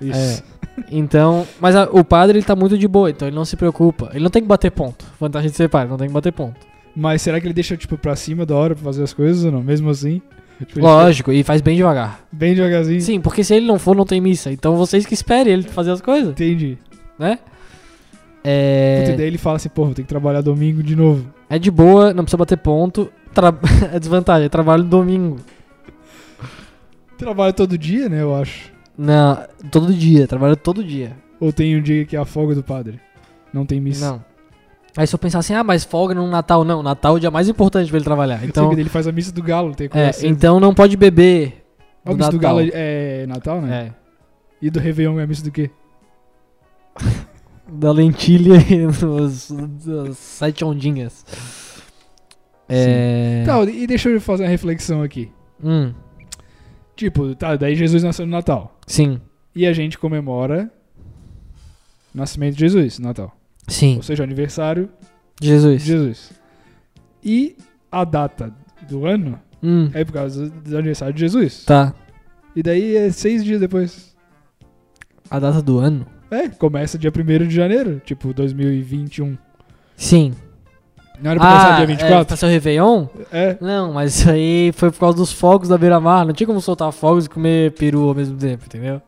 [SPEAKER 5] Isso.
[SPEAKER 4] Então, mas a- o padre ele tá muito de boa, então ele não se preocupa. Ele não tem que bater ponto. Vantagem de ser padre, não tem que bater ponto.
[SPEAKER 5] Mas será que ele deixa, tipo, pra cima da hora pra fazer as coisas ou não? Mesmo assim? Tipo, ele
[SPEAKER 4] Lógico, e faz bem devagar.
[SPEAKER 5] fica Bem devagarzinho.
[SPEAKER 4] Sim, porque se ele não for, não tem missa. Então vocês que esperem ele fazer as coisas,
[SPEAKER 5] Entendi.
[SPEAKER 4] né?
[SPEAKER 5] Puta, e
[SPEAKER 4] É,
[SPEAKER 5] daí ele fala assim, pô, vou ter que trabalhar domingo de novo.
[SPEAKER 4] é de boa, não precisa bater ponto. Tra... é desvantagem, é trabalho no domingo.
[SPEAKER 5] Trabalha todo dia, né, eu acho.
[SPEAKER 4] Não, todo dia, trabalho todo dia.
[SPEAKER 5] Ou tem um dia que é a folga do padre. Não tem missa.
[SPEAKER 4] Não. Aí se eu pensar assim, ah, mas folga no Natal, não. Natal é o dia mais importante pra ele trabalhar.
[SPEAKER 5] Então,
[SPEAKER 4] Então,
[SPEAKER 5] ele faz a missa do galo, tem que
[SPEAKER 4] é,
[SPEAKER 5] conhecer.
[SPEAKER 4] então não pode beber.
[SPEAKER 5] A
[SPEAKER 4] do
[SPEAKER 5] missa do
[SPEAKER 4] Natal.
[SPEAKER 5] galo é é Natal, né?
[SPEAKER 4] É.
[SPEAKER 5] E do Réveillon é a missa do quê?
[SPEAKER 4] Da lentilha e dos, das sete ondinhas. É.
[SPEAKER 5] Tá, e deixa eu fazer uma reflexão aqui.
[SPEAKER 4] Hum,
[SPEAKER 5] Tipo, tá, daí Jesus nasceu no Natal.
[SPEAKER 4] sim.
[SPEAKER 5] E a gente comemora o nascimento de Jesus, no Natal.
[SPEAKER 4] Sim.
[SPEAKER 5] Ou seja, o aniversário de
[SPEAKER 4] Jesus.
[SPEAKER 5] Jesus. E a data do ano
[SPEAKER 4] Hum,
[SPEAKER 5] é por causa do aniversário de Jesus.
[SPEAKER 4] tá.
[SPEAKER 5] E daí é seis dias depois.
[SPEAKER 4] A data do ano?
[SPEAKER 5] É, começa dia 1 de janeiro, tipo 2021.
[SPEAKER 4] Sim.
[SPEAKER 5] Não era pra começar dia
[SPEAKER 4] É, pra
[SPEAKER 5] 24?
[SPEAKER 4] ser o Réveillon?
[SPEAKER 5] É.
[SPEAKER 4] Não, mas isso aí foi por causa dos fogos da beira-mar. Não tinha como soltar fogos e comer peru ao mesmo tempo, entendeu?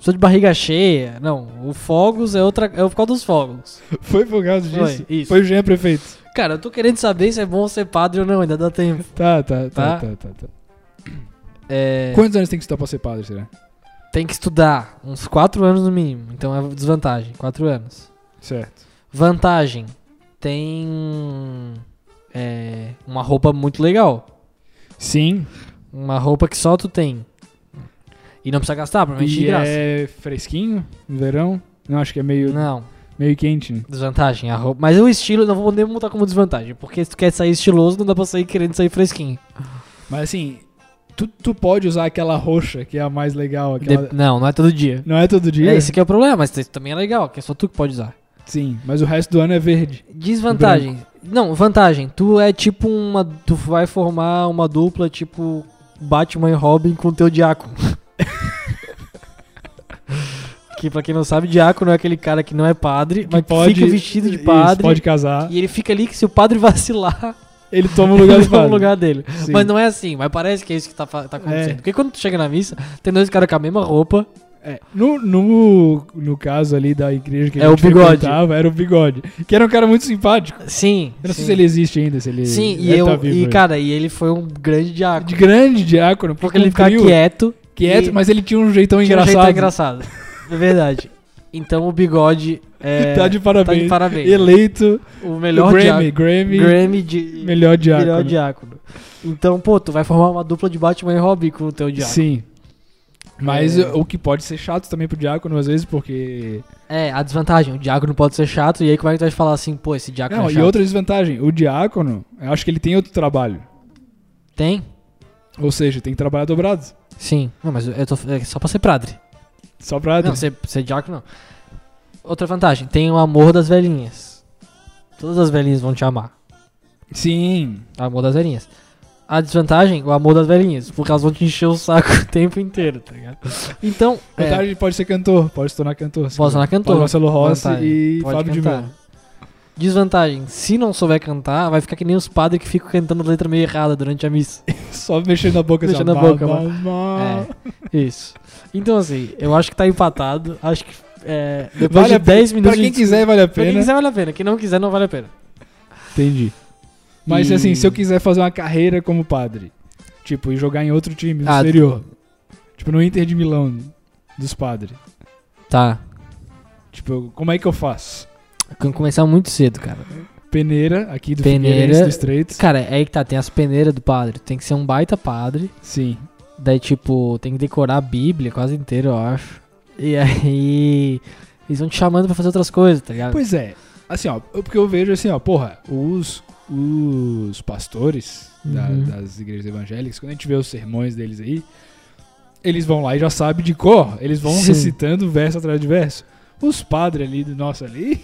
[SPEAKER 4] Sou de barriga cheia. Não, o fogos é outra. É por causa dos fogos.
[SPEAKER 5] Foi por causa
[SPEAKER 4] Foi,
[SPEAKER 5] disso?
[SPEAKER 4] isso.
[SPEAKER 5] Foi o Jean prefeito.
[SPEAKER 4] Cara, eu tô querendo saber se é bom ser padre ou não, ainda dá tempo.
[SPEAKER 5] Tá, tá, tá,
[SPEAKER 4] Tá?
[SPEAKER 5] tá, tá. tá.
[SPEAKER 4] É,
[SPEAKER 5] Quantos anos tem que estudar pra ser padre, será?
[SPEAKER 4] tem que estudar uns 4 anos no mínimo. Então é desvantagem, 4 anos.
[SPEAKER 5] Certo.
[SPEAKER 4] Vantagem. Tem é, uma roupa muito legal.
[SPEAKER 5] Sim.
[SPEAKER 4] Uma roupa que só tu tem. E não precisa gastar, provavelmente de
[SPEAKER 5] E
[SPEAKER 4] graça.
[SPEAKER 5] é fresquinho no verão? Não, acho que é meio,
[SPEAKER 4] Não,
[SPEAKER 5] meio quente, né?
[SPEAKER 4] desvantagem. A roupa. Mas o estilo, não vou nem botar como desvantagem. Porque se tu quer sair estiloso, não dá pra sair querendo sair fresquinho.
[SPEAKER 5] Mas assim, tu, tu pode usar aquela roxa, que é a mais legal. Aquela...
[SPEAKER 4] De- Não, não é todo dia.
[SPEAKER 5] Não é todo dia?
[SPEAKER 4] É esse que é o problema, mas isso também é legal, que é só tu que pode usar.
[SPEAKER 5] Sim, mas o resto do ano é verde.
[SPEAKER 4] Desvantagem. Não, vantagem. Tu é tipo uma. Tu vai formar uma dupla tipo Batman e Robin com teu diácono. que pra quem não sabe, diácono é aquele cara que não é padre, mas que fica vestido de
[SPEAKER 5] Isso,
[SPEAKER 4] padre.
[SPEAKER 5] pode casar.
[SPEAKER 4] E ele fica ali que se o padre vacilar,
[SPEAKER 5] Ele toma o Um lugar
[SPEAKER 4] ele
[SPEAKER 5] do
[SPEAKER 4] toma
[SPEAKER 5] padre.
[SPEAKER 4] o lugar dele.
[SPEAKER 5] Sim.
[SPEAKER 4] Mas não é assim, mas parece que é isso que tá, fa- tá acontecendo.
[SPEAKER 5] É.
[SPEAKER 4] Porque quando tu chega na missa, tem dois caras com a mesma roupa.
[SPEAKER 5] É, no, no, no caso ali da igreja que
[SPEAKER 4] É
[SPEAKER 5] a
[SPEAKER 4] o
[SPEAKER 5] gente
[SPEAKER 4] bigode.
[SPEAKER 5] frequentava, era o bigode. Que era um cara muito simpático.
[SPEAKER 4] Sim.
[SPEAKER 5] Eu não
[SPEAKER 4] sim.
[SPEAKER 5] sei se ele existe ainda, se ele
[SPEAKER 4] Sim, e
[SPEAKER 5] deve
[SPEAKER 4] eu.
[SPEAKER 5] tá vivo
[SPEAKER 4] e,
[SPEAKER 5] aí.
[SPEAKER 4] cara, e ele foi um grande diácono.
[SPEAKER 5] De grande diácono,
[SPEAKER 4] Porque ele
[SPEAKER 5] com
[SPEAKER 4] ficava
[SPEAKER 5] frio,
[SPEAKER 4] quieto.
[SPEAKER 5] quieto,
[SPEAKER 4] e-
[SPEAKER 5] mas ele tinha um jeitão
[SPEAKER 4] Tinha um
[SPEAKER 5] engraçado.
[SPEAKER 4] jeito engraçado. É verdade. Então o bigode é.
[SPEAKER 5] tá de parabéns.
[SPEAKER 4] parabéns.
[SPEAKER 5] Eleito
[SPEAKER 4] O melhor
[SPEAKER 5] o Grammy, Grammy,
[SPEAKER 4] diácono. Grammy de.
[SPEAKER 5] melhor diácono.
[SPEAKER 4] melhor diácono. Então, pô, tu vai formar uma dupla de Batman e Robin com o teu diácono.
[SPEAKER 5] Sim. Mas
[SPEAKER 4] É.
[SPEAKER 5] o que pode ser chato também pro diácono, às vezes, porque.
[SPEAKER 4] É, a desvantagem. O diácono pode ser chato. E aí, como é que tu vai falar assim, pô, esse diácono
[SPEAKER 5] Não,
[SPEAKER 4] é
[SPEAKER 5] e
[SPEAKER 4] chato?
[SPEAKER 5] outra desvantagem, o diácono, eu acho que ele tem outro trabalho.
[SPEAKER 4] Tem?
[SPEAKER 5] Ou seja, tem que trabalhar dobrado.
[SPEAKER 4] Sim. Não, mas eu tô. É só pra ser padre.
[SPEAKER 5] Só pra.
[SPEAKER 4] Não, ser, ser diácono não. Outra vantagem. Tem o amor das velhinhas. Todas as velhinhas vão te amar.
[SPEAKER 5] Sim.
[SPEAKER 4] Amor das velhinhas. A desvantagem, o amor das velhinhas, porque elas vão te encher o saco o tempo inteiro, tá ligado? Então, é,
[SPEAKER 5] Vantagem ele pode ser cantor, pode se tornar cantor. se
[SPEAKER 4] Pode se tornar
[SPEAKER 5] quiser.
[SPEAKER 4] cantor.
[SPEAKER 5] Pode Marcelo Rossi
[SPEAKER 4] Vantagem.
[SPEAKER 5] e
[SPEAKER 4] Pode
[SPEAKER 5] Fábio de
[SPEAKER 4] cantar.
[SPEAKER 5] Mello.
[SPEAKER 4] desvantagem, se não souber cantar, vai ficar que nem os padres que ficam cantando letra meio errada durante a missa.
[SPEAKER 5] Só mexendo na boca
[SPEAKER 4] Mexendo
[SPEAKER 5] assim,
[SPEAKER 4] na
[SPEAKER 5] ó,
[SPEAKER 4] boca,
[SPEAKER 5] "Má,
[SPEAKER 4] mano."
[SPEAKER 5] má, má.
[SPEAKER 4] É, isso. Então, assim, eu acho que tá empatado. Acho que é, depois
[SPEAKER 5] Vale a
[SPEAKER 4] de
[SPEAKER 5] pena.
[SPEAKER 4] 10 minutos.
[SPEAKER 5] Pra quem
[SPEAKER 4] de-
[SPEAKER 5] quiser, vale a
[SPEAKER 4] pra quem
[SPEAKER 5] pena.
[SPEAKER 4] quiser, vale a pena. Quem não quiser, não vale a pena.
[SPEAKER 5] Entendi. Mas
[SPEAKER 4] E-
[SPEAKER 5] assim, se eu quiser fazer uma carreira como padre, tipo, e jogar em outro time no
[SPEAKER 4] Ah,
[SPEAKER 5] exterior, tipo no Inter de Milão dos padres,
[SPEAKER 4] Tá.
[SPEAKER 5] tipo, eu- como é que eu faço?
[SPEAKER 4] Tem que Começar muito cedo, cara.
[SPEAKER 5] Peneira, aqui do
[SPEAKER 4] Peneira.
[SPEAKER 5] Figueirense do Estreito.
[SPEAKER 4] Cara, é aí que tá, tem as peneiras do padre. Tem que ser um baita padre.
[SPEAKER 5] Sim.
[SPEAKER 4] Daí, tipo, tem que decorar a Bíblia quase inteira, eu acho. E aí. Eles vão te chamando pra fazer outras coisas, tá ligado?
[SPEAKER 5] Pois é, assim, ó, eu- porque eu vejo assim, ó, porra, os, os pastores da-
[SPEAKER 4] Uhum.
[SPEAKER 5] das igrejas evangélicas, quando a gente vê os sermões deles aí, eles vão lá e já sabem de cor, eles vão
[SPEAKER 4] Sim.
[SPEAKER 5] recitando verso atrás de verso. Os padres ali do nosso ali,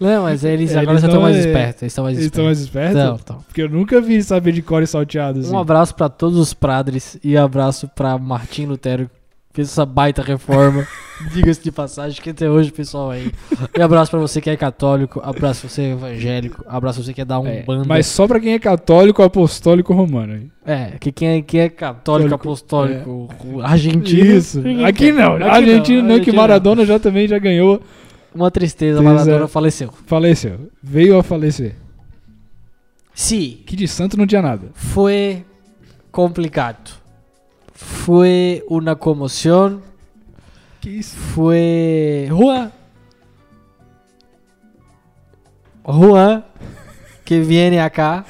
[SPEAKER 4] Não, mas eles
[SPEAKER 5] é. Eles
[SPEAKER 4] agora já
[SPEAKER 5] não
[SPEAKER 4] estão mais
[SPEAKER 5] é-
[SPEAKER 4] espertos. Eles estão mais
[SPEAKER 5] eles estão
[SPEAKER 4] espertos.
[SPEAKER 5] mais espertos,
[SPEAKER 4] Tão, tão.
[SPEAKER 5] porque eu nunca vi eles saber de cor e salteado assim.
[SPEAKER 4] Um abraço pra todos os padres e um abraço pra Martim Lutero, que fez essa baita reforma. Diga-se de passagem, que até hoje, pessoal, aí. E abraço pra você que é católico, abraço pra você que é evangélico, abraço pra você que é da
[SPEAKER 5] É,
[SPEAKER 4] Umbanda.
[SPEAKER 5] mas só pra quem é católico, apostólico romano. hein?
[SPEAKER 4] É, que quem é, quem é católico,
[SPEAKER 5] Católico, é.
[SPEAKER 4] apostólico, o- argentino.
[SPEAKER 5] Isso. Aqui não.
[SPEAKER 4] Aqui
[SPEAKER 5] Argentina Argentino não, que
[SPEAKER 4] Argentina
[SPEAKER 5] Maradona já também já ganhou.
[SPEAKER 4] Uma tristeza,
[SPEAKER 5] Pois
[SPEAKER 4] Maradona
[SPEAKER 5] é.
[SPEAKER 4] faleceu.
[SPEAKER 5] Faleceu. Veio a falecer.
[SPEAKER 4] Sim,
[SPEAKER 5] Que de santo não tinha nada.
[SPEAKER 4] foi complicado. Foi uma comoção.
[SPEAKER 5] Que isso?
[SPEAKER 4] Foi. Juan. Juan, que viene acá.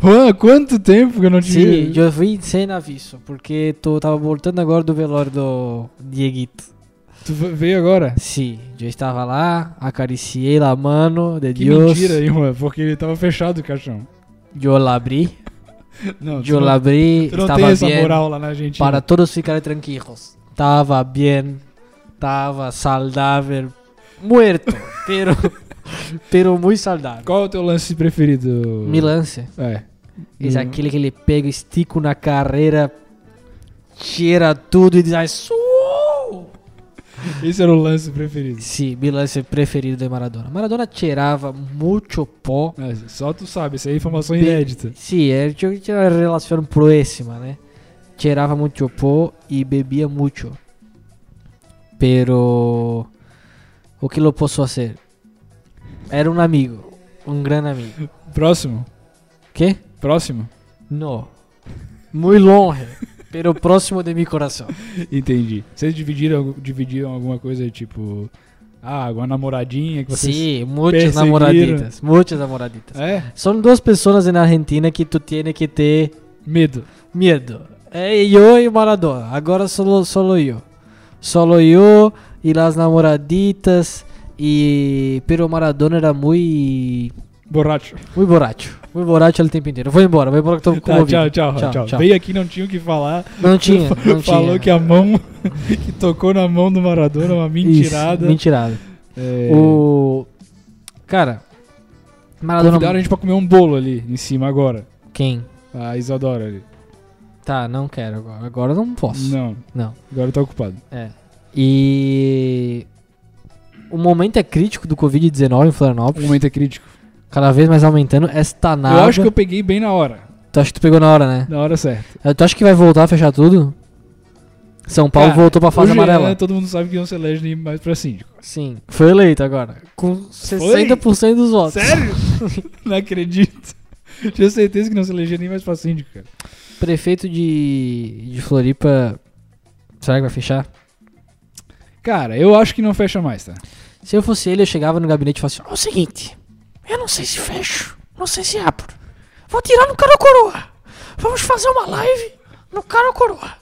[SPEAKER 5] Juan, quanto tempo que eu não te
[SPEAKER 4] Sim,
[SPEAKER 5] vi?
[SPEAKER 4] eu vim sem aviso, porque tô, tava voltando agora do velório do Dieguito.
[SPEAKER 5] Tu veio agora?
[SPEAKER 4] Sim, eu estava lá, acariciei la mano de
[SPEAKER 5] Que
[SPEAKER 4] Deus.
[SPEAKER 5] mentira aí, Juan, porque ele tava fechado o caixão.
[SPEAKER 4] Eu la abri,
[SPEAKER 5] Não, tu
[SPEAKER 4] eu la
[SPEAKER 5] não,
[SPEAKER 4] abri,
[SPEAKER 5] tu não
[SPEAKER 4] estava
[SPEAKER 5] tem essa
[SPEAKER 4] bien.
[SPEAKER 5] moral lá na Argentina.
[SPEAKER 4] Para todos ficarem tranquilos. Tava bien, tava saudável, muerto, pero, pero muito saudável.
[SPEAKER 5] Qual é o teu lance preferido?
[SPEAKER 4] Me lance.
[SPEAKER 5] É.
[SPEAKER 4] É aquele que ele pega, estica na carreira, cheira tudo e diz ai, "Suou!"
[SPEAKER 5] Hum. Esse era o lance preferido.
[SPEAKER 4] Sim, meu lance preferido de Maradona. Maradona cheirava muito pó.
[SPEAKER 5] Mas só tu sabe, isso aí é informação
[SPEAKER 4] Bem-
[SPEAKER 5] inédita.
[SPEAKER 4] Sim, é, tinha tinha uma relação próxima, né? Cheirava muito pó e bebia muito. Pero. O que eu posso fazer? Era um amigo. Um grande amigo.
[SPEAKER 5] Próximo.
[SPEAKER 4] Que?
[SPEAKER 5] Próximo.
[SPEAKER 4] Não. Muito longe. Pero próximo de meu coração.
[SPEAKER 5] Entendi. Vocês dividiram, dividiram alguma coisa tipo. Ah, alguma namoradinha que vocês.
[SPEAKER 4] Sim, muitas
[SPEAKER 5] perseguiram.
[SPEAKER 4] namoraditas. Muitas namoraditas.
[SPEAKER 5] É?
[SPEAKER 4] São duas pessoas na Argentina que tu tem que ter
[SPEAKER 5] Medo.
[SPEAKER 4] medo. É eu e o Maradona. Agora solo, solo eu. Solo eu e as namoraditas. E. Pero Maradona era muito.
[SPEAKER 5] Borracho.
[SPEAKER 4] Muito borracho. Muito borracho o tempo inteiro. Vou embora, vou embora que tô com
[SPEAKER 5] Tá,
[SPEAKER 4] o
[SPEAKER 5] tchau, tchau, tchau, Veio aqui, não tinha o que falar.
[SPEAKER 4] Não tinha, não
[SPEAKER 5] Falou
[SPEAKER 4] tinha.
[SPEAKER 5] que é a mão que tocou na mão do Maradona é uma mentirada.
[SPEAKER 4] Isso, mentirada.
[SPEAKER 5] É,
[SPEAKER 4] O. Cara. Maradona.
[SPEAKER 5] Convidaram a gente pra comer um bolo ali em cima agora.
[SPEAKER 4] Quem?
[SPEAKER 5] A Isadora ali.
[SPEAKER 4] Tá, não quero agora. Agora eu não posso.
[SPEAKER 5] Não,
[SPEAKER 4] não.
[SPEAKER 5] agora tá ocupado.
[SPEAKER 4] É. E o momento é crítico do Covid-19 em
[SPEAKER 5] O
[SPEAKER 4] Florianópolis.
[SPEAKER 5] momento é crítico.
[SPEAKER 4] Cada vez mais aumentando. Esta nada.
[SPEAKER 5] Eu acho que eu peguei bem na hora.
[SPEAKER 4] Tu acha que tu pegou na hora, né?
[SPEAKER 5] Na hora certa.
[SPEAKER 4] Eh, Tu acha que vai voltar a fechar tudo? São Paulo
[SPEAKER 5] Cara, é-
[SPEAKER 4] voltou pra fase
[SPEAKER 5] O Jean,
[SPEAKER 4] amarela.
[SPEAKER 5] todo mundo sabe que não se elege nem mais pra síndico.
[SPEAKER 4] Sim. Foi eleito agora. Com 60% dos votos.
[SPEAKER 5] Sério? não acredito. Tinha certeza que não se elegia nem mais pra síndico, cara.
[SPEAKER 4] Prefeito de, de Floripa. Será que vai fechar?
[SPEAKER 5] Cara, eu acho que não fecha mais, tá?
[SPEAKER 4] Se eu fosse ele, eu chegava no gabinete e falava assim: "Ó, é o seguinte, eu não sei se fecho, não sei se abro. Vou tirar no cara ou coroa. Vamos fazer uma live no cara ou coroa.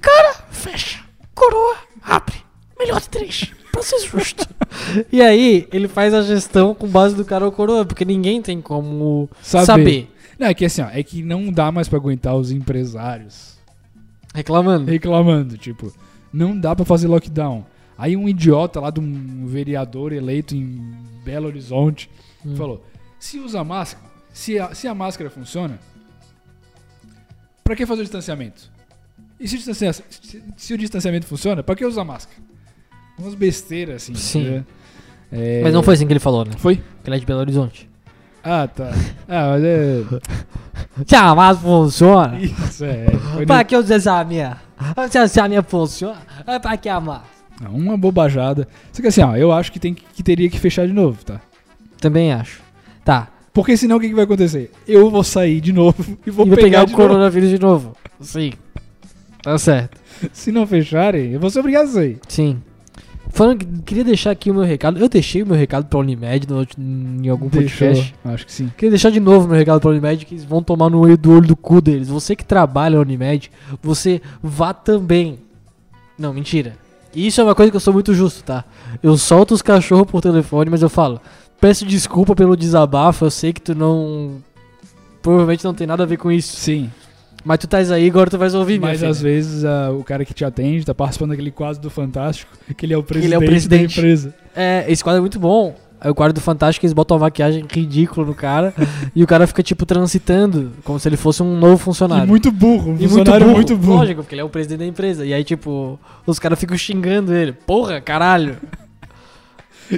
[SPEAKER 4] Cara, fecha. Coroa, abre. Melhor de três. Pra ser justo. e aí, ele faz a gestão com base do cara ou coroa, porque ninguém tem como
[SPEAKER 5] Saber.
[SPEAKER 4] saber.
[SPEAKER 5] Não, é que assim, ó, é que não dá mais pra aguentar os empresários
[SPEAKER 4] Reclamando.
[SPEAKER 5] reclamando, tipo, não dá pra fazer lockdown. Aí um idiota lá de um vereador eleito em Belo Horizonte
[SPEAKER 4] Hum.
[SPEAKER 5] falou: se usa máscara, se a, se a máscara funciona, pra que fazer o distanciamento? E se o distanciamento, se, se o distanciamento funciona, pra que usar máscara? Umas besteiras assim.
[SPEAKER 4] Sim.
[SPEAKER 5] entendeu? É,
[SPEAKER 4] Mas não foi assim que ele falou, né?
[SPEAKER 5] Foi?
[SPEAKER 4] Porque ele é de Belo Horizonte.
[SPEAKER 5] Ah, tá. Ah, mas é.
[SPEAKER 4] Tchau, mas funciona.
[SPEAKER 5] Isso é. foi
[SPEAKER 4] Pra que usar essa minha? Se a minha funciona, é pra que amar?
[SPEAKER 5] no- não, Ah, uma bobajada. Só que assim, ó, eu acho que, tem, que que teria que fechar de novo, tá?
[SPEAKER 4] Também acho. Tá.
[SPEAKER 5] Porque senão o que, que vai acontecer? Eu vou sair de novo e vou
[SPEAKER 4] e vou
[SPEAKER 5] pegar,
[SPEAKER 4] pegar,
[SPEAKER 5] de
[SPEAKER 4] o
[SPEAKER 5] novo.
[SPEAKER 4] coronavírus de novo. Sim. Tá certo.
[SPEAKER 5] Se não fecharem, eu vou ser obrigado a sair.
[SPEAKER 4] Sim. Falando que queria deixar aqui o meu recado. Eu deixei o meu recado pra Unimed no, outro- em algum
[SPEAKER 5] Deixou.
[SPEAKER 4] podcast.
[SPEAKER 5] Acho que sim.
[SPEAKER 4] Queria deixar de novo meu recado pra Unimed, que eles vão tomar no olho do olho do cu deles. Você que trabalha na Unimed, você vá também. Não, mentira. Isso é uma coisa que eu sou muito justo, tá? Eu solto os cachorros por telefone, mas eu falo: peço desculpa pelo desabafo, eu sei que tu não. Provavelmente não tem nada a ver com isso.
[SPEAKER 5] Sim.
[SPEAKER 4] Mas tu estás aí, agora tu vais ouvir, minha
[SPEAKER 5] Mas
[SPEAKER 4] filha.
[SPEAKER 5] às vezes ah, o cara que te atende tá participando daquele quadro do Fantástico, que ele é o presidente,
[SPEAKER 4] ele é o presidente.
[SPEAKER 5] da empresa.
[SPEAKER 4] É, esse quadro é muito bom. Aí o quadro do Fantástico, eles botam uma maquiagem ridícula no cara e o cara fica, tipo, transitando, como se ele fosse um novo funcionário.
[SPEAKER 5] E muito burro, um
[SPEAKER 4] E
[SPEAKER 5] funcionário muito burro.
[SPEAKER 4] Lógico, porque ele é o presidente da empresa. E aí, tipo, os caras ficam xingando ele. Porra, caralho.